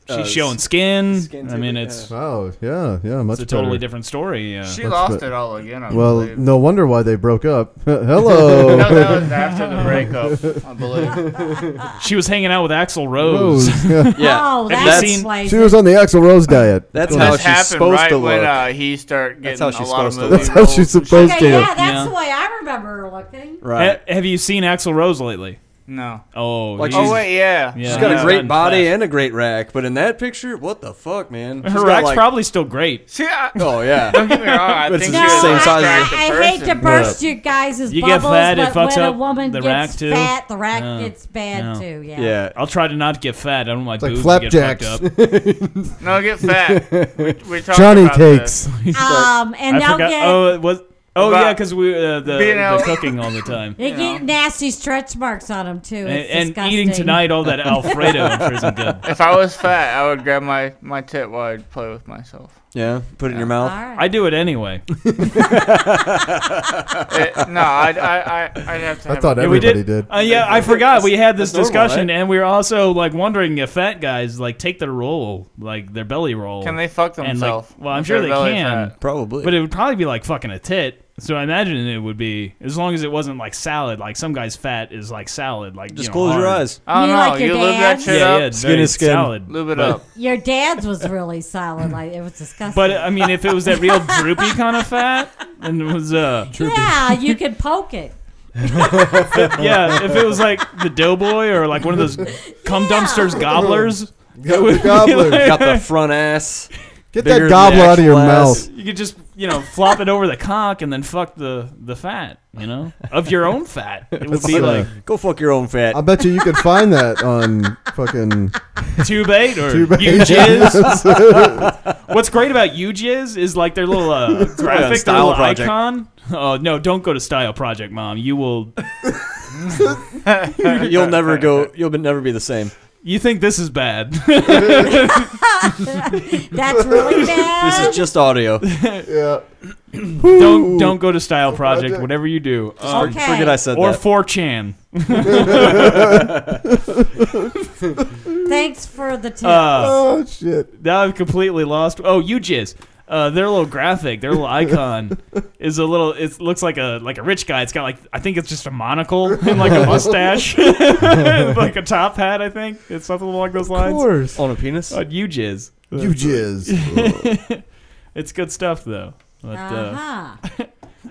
She's uh, showing skin. skin I mean, too, it's, Wow. Yeah. Yeah. Much it's a totally better. different story. Uh, She That's lost the- it all again. I Well, believe. no wonder why they broke up. No, Hello. Oh, that was after the breakup, I believe. she was hanging out with Axl Rose. Rose. Yeah. Yeah. Oh, Have you that's seen- why- She was on the Axl Rose diet. That's Go how ahead. This she's happened supposed right to when look. uh, he started That's getting how a she's lot of supposed to movie That's how roles and she's supposed Okay, to. yeah, that's Yeah. the way I remember her looking. right. Ha- have you seen Axl Rose lately? shit. No. Oh, Like he's- Oh wait, yeah. Yeah. She's got a He's great gotten body fat. and a great rack, but in that picture, what the fuck, man? She's her got, rack's like- probably still great. See, I, don't Oh yeah. get me wrong. I But it's think the No, she was same I, an size I, as- attractive I hate to person. burst you guys' You get bubbles, fat, it but fucks when up a woman the gets rack, too. fat, the rack Yeah. gets bad Yeah. too. Yeah. Yeah. I'll try to not get fat. I don't want my It's boobs like to get fucked up. flapjacks. No, get fat. We, we talked Johnny about cakes. Um, and I they'll forgot. get Oh, it was Oh About yeah, because we uh, the, being the out- cooking all the time. They get nasty stretch marks on them too. It's And- and eating disgusting. tonight all that Alfredo I'm sure isn't good. If I was fat, I would grab my, my tit while I'd play with myself. Yeah, put it in your mouth. All right. I do it anyway. It- no, I'd, I, I, I'd have to. I have thought a- Yeah, we everybody did. Uh, yeah, I forgot we had this That's normal, discussion, and we were also like wondering if fat guys like take their roll, like their belly roll. Can they fuck And, like, themselves? well, I'm with sure their they belly can, fat? Probably. but it would probably be like fucking a tit. So I imagine it would be as long as it wasn't like salad. Like some guys' fat is like salad. Like Just you know, close your hard. eyes. I don't You know. like your you lube that dad? shit yeah, up. yeah, it's Skin very is skin. salad. Lube it but, up. Your dad's was really solid. Like it was disgusting. But I mean, if it was that real droopy kind of fat, then it was uh, yeah, you could poke it. yeah. If it was like the doughboy or like one of those cum dumpsters gobblers, Get the gobbler. Got the front ass. Get bigger that than gobbler the out of your actual mouth. ass. You could just, you know, flop it over the cock and then fuck the the fat, you know, of your own fat. It would be That's, uh, like Go fuck your own fat. I bet you you could find that on fucking tube eight or Tube Eight. you jizz. What's great about you jizz is like their little uh, graphic, Style their little Project. icon. Oh no, don't go to Style Project, Mom. You will. you'll never go. You'll be, never be the same. You think this is bad? That's really This bad. is just audio. yeah. don't don't go to Style Project. Project. Whatever you do, Uh, okay. Forget I said or that. 4chan. Thanks for the tip. Uh, Oh shit. Now I've completely lost. Oh, you jizz. Uh, their little graphic, their little icon, is a little. It looks like a like a rich guy. It's got like I think it's just a monocle and like a mustache, like a top hat. I think it's something along those Of lines. course. on a penis. Uh, you jizz. You jizz. It's good stuff though. But, uh, uh-huh.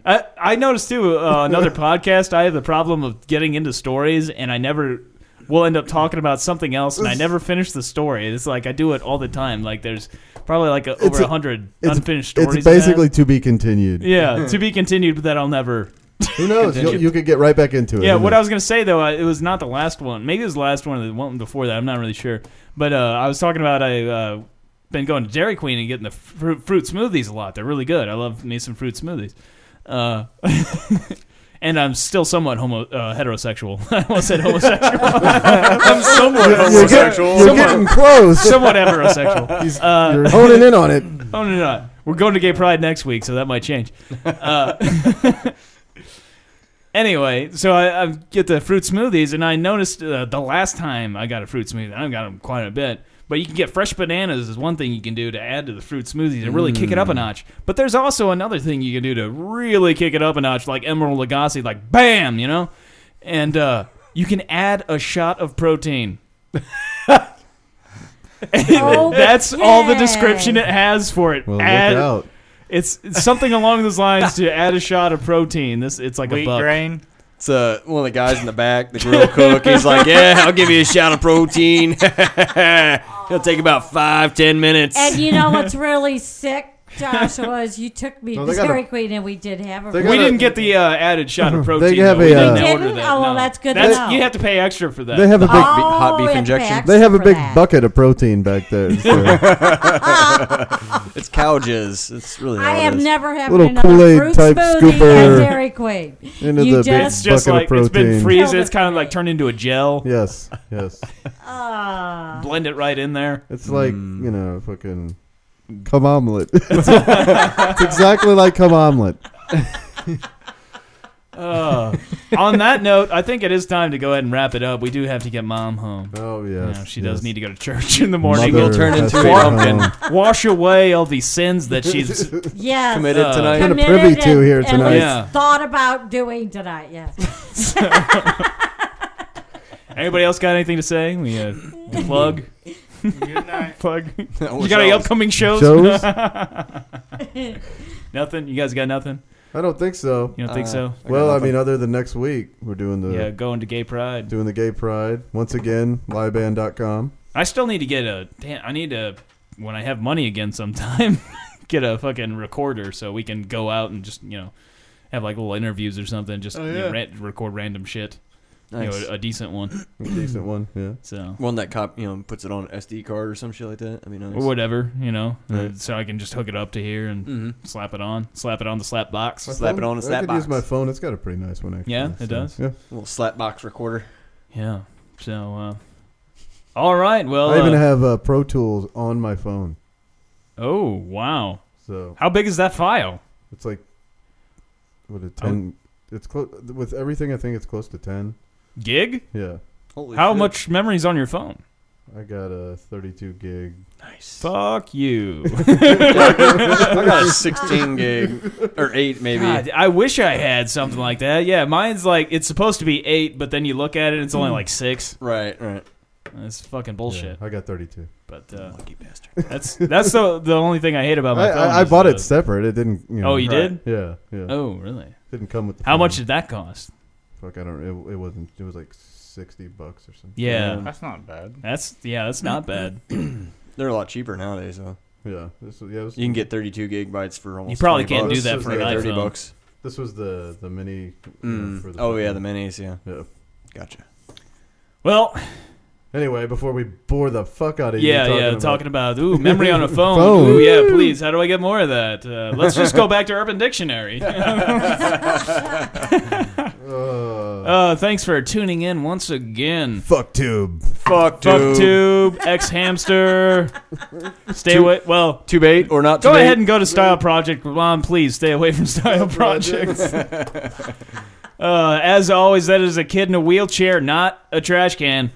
I I noticed too uh, another podcast. I have the problem of getting into stories and I never will end up talking about something else and I never finish the story. It's like I do it all the time. Like there's probably like a, It's over a- a hundred it's- unfinished stories. it's I have. basically to be continued. Yeah, to be continued, but that I'll never. Who knows? You, you could get right back into it. Yeah, who what knows? I was gonna say though, uh, it was not the last one. Maybe it was the last one or the one before that. I'm not really sure. But uh, I was talking about I uh, been going to Dairy Queen and getting the fru- fruit smoothies a lot. They're really good. I love me some fruit smoothies. Uh, and I'm still somewhat homo uh, heterosexual. I almost said homosexual. I'm somewhat You're, homosexual. getting, you're getting close. Somewhat heterosexual. He's- Uh, you're honing in on it. Oh no, no, no. we're going to Gay Pride next week, so that might change. Uh, anyway, so I, I get the fruit smoothies, and I noticed uh, the last time I got a fruit smoothie, I've got them quite a bit. But you can get fresh bananas is one thing you can do to add to the fruit smoothies and really kick it Mm. up a notch. But there's also another thing you can do to really kick it up a notch, like Emerald Lagasse, like bam, you know, and uh, you can add a shot of protein. Oh, That's all the description it has for it. Well, Add- look out. it's, it's something along those lines to add a shot of protein. This it's like a Wheat buck. grain. It's uh, one of the guys in the back, the grill cook. He's like, "Yeah, I'll give you a shot of protein. It'll take about five, ten minutes." And you know what's really sick, Joshua, is you took me No, to they got Dairy a- Queen and we did have a. they got We a- didn't get the uh, added shot of protein. have though. we a, uh, didn't You order didn't? that. Oh, well, no. that's good to know. You have to pay extra for that. They have a big. oh, hot beef we have to pay injection. extra they have a for big that. bucket of protein back there. So It's cow jizz. It's really. I all it have is. never had Little another Kool-Aid fruit type smoothie scooper. at Dairy Queen. into You the big just- it's just bucket like of protein. it's been Kill freezing. the It's kind of like protein. turned into a gel. Yes, yes. Ah. Blend it right in there. It's like you know, fucking cum omelet. it's exactly like cum omelet. Uh, on that note, I think it is time to go ahead and wrap it up. We do have to get mom home. Oh You know, yes, she yes. does need to go to church in the morning. Mother She'll turn has into to a come pumpkin. home. Wash away all the sins that she's Yes. Committed Uh, tonight. Kinda Committed privy to and- here and tonight. was Yeah. Thought about doing tonight. Yes. Anybody else got anything to say? We uh, plug, Good night. plug. That You was got any Oh, all. upcoming shows? Shows? Nothing. You guys got nothing. I don't think so. You don't think Uh, so? got Well, I nothing. mean, other than next week, we're doing the Yeah, going to Gay Pride. doing the gay pride once again. Liband.com. I still need to get a. Damn, I need to when I have money again sometime. get a fucking recorder so we can go out and just you know have like little interviews or somethhan Just Oh, you know, yeah. rant- record random shit. You Nice. know, uh, a, a decent one. A decent one, yeah. So One that cop, you know, puts it on an SD card or some shit like that. I mean, nice. or whatever, you know. uh, Right. So I can just hook it up to here and Mhm. slap it on, slap it on the slap box. My Slap it phone- on a I slap could box. use my phone. It's got a pretty nice one, actually. Yeah, it so, does. Yeah. little slap box recorder. Yeah. So, uh, all right. Well, I even uh, have uh, Pro Tools on my phone. oh wow, So how big is that file? it's like, what, a 10? It's close. With everything, I think it's close to 10. Gig? Yeah. Holy How shit. much memory's on your phone? I got a 32 gig. Nice. Fuck you. I got a 16 gig or eight maybe. God, I wish I had something like that. Yeah, mine's like it's supposed to be eight, but then you look at it, and it's only like six. Right, right. That's fucking Yeah, bullshit. I got 32. But uh, Lucky bastard. that's that's the the only thing I hate about Oh, my I, phone. I, I is bought the- it separate. It didn't. You know, Oh, you Right. did? Yeah, yeah. Oh, really? Didn't come with the. How phone. much did that cost? Fuck, I don't. It, it wasn't. It was like sixty bucks or something. Yeah, That's not bad. that's yeah, that's not bad. They're a lot cheaper nowadays though. Yeah, this was yeah. This, You can get 32 gigabytes for almost. probably 20 can't bucks. do that for Like an 30 iPhone. bucks. this was the the mini. you know, Mm. for the Oh yeah, the minis. Yeah, Yeah. gotcha. Well, Anyway, before we bore the fuck out of you. yeah, talking yeah, about, talking about ooh memory on a phone. Phone. Ooh, yeah, please. How do I get more of that? Uh, let's just go back to Urban Dictionary. Uh, uh, thanks for tuning in once again. fuck tube. Fuck, Fuck tube, ex hamster. Stay away. Well, Tube eight or not? go tube ahead eight? and go to Style Project, Mom. Please stay away from Style Projects. Uh, as always, that is a kid in a wheelchair, not a trash can.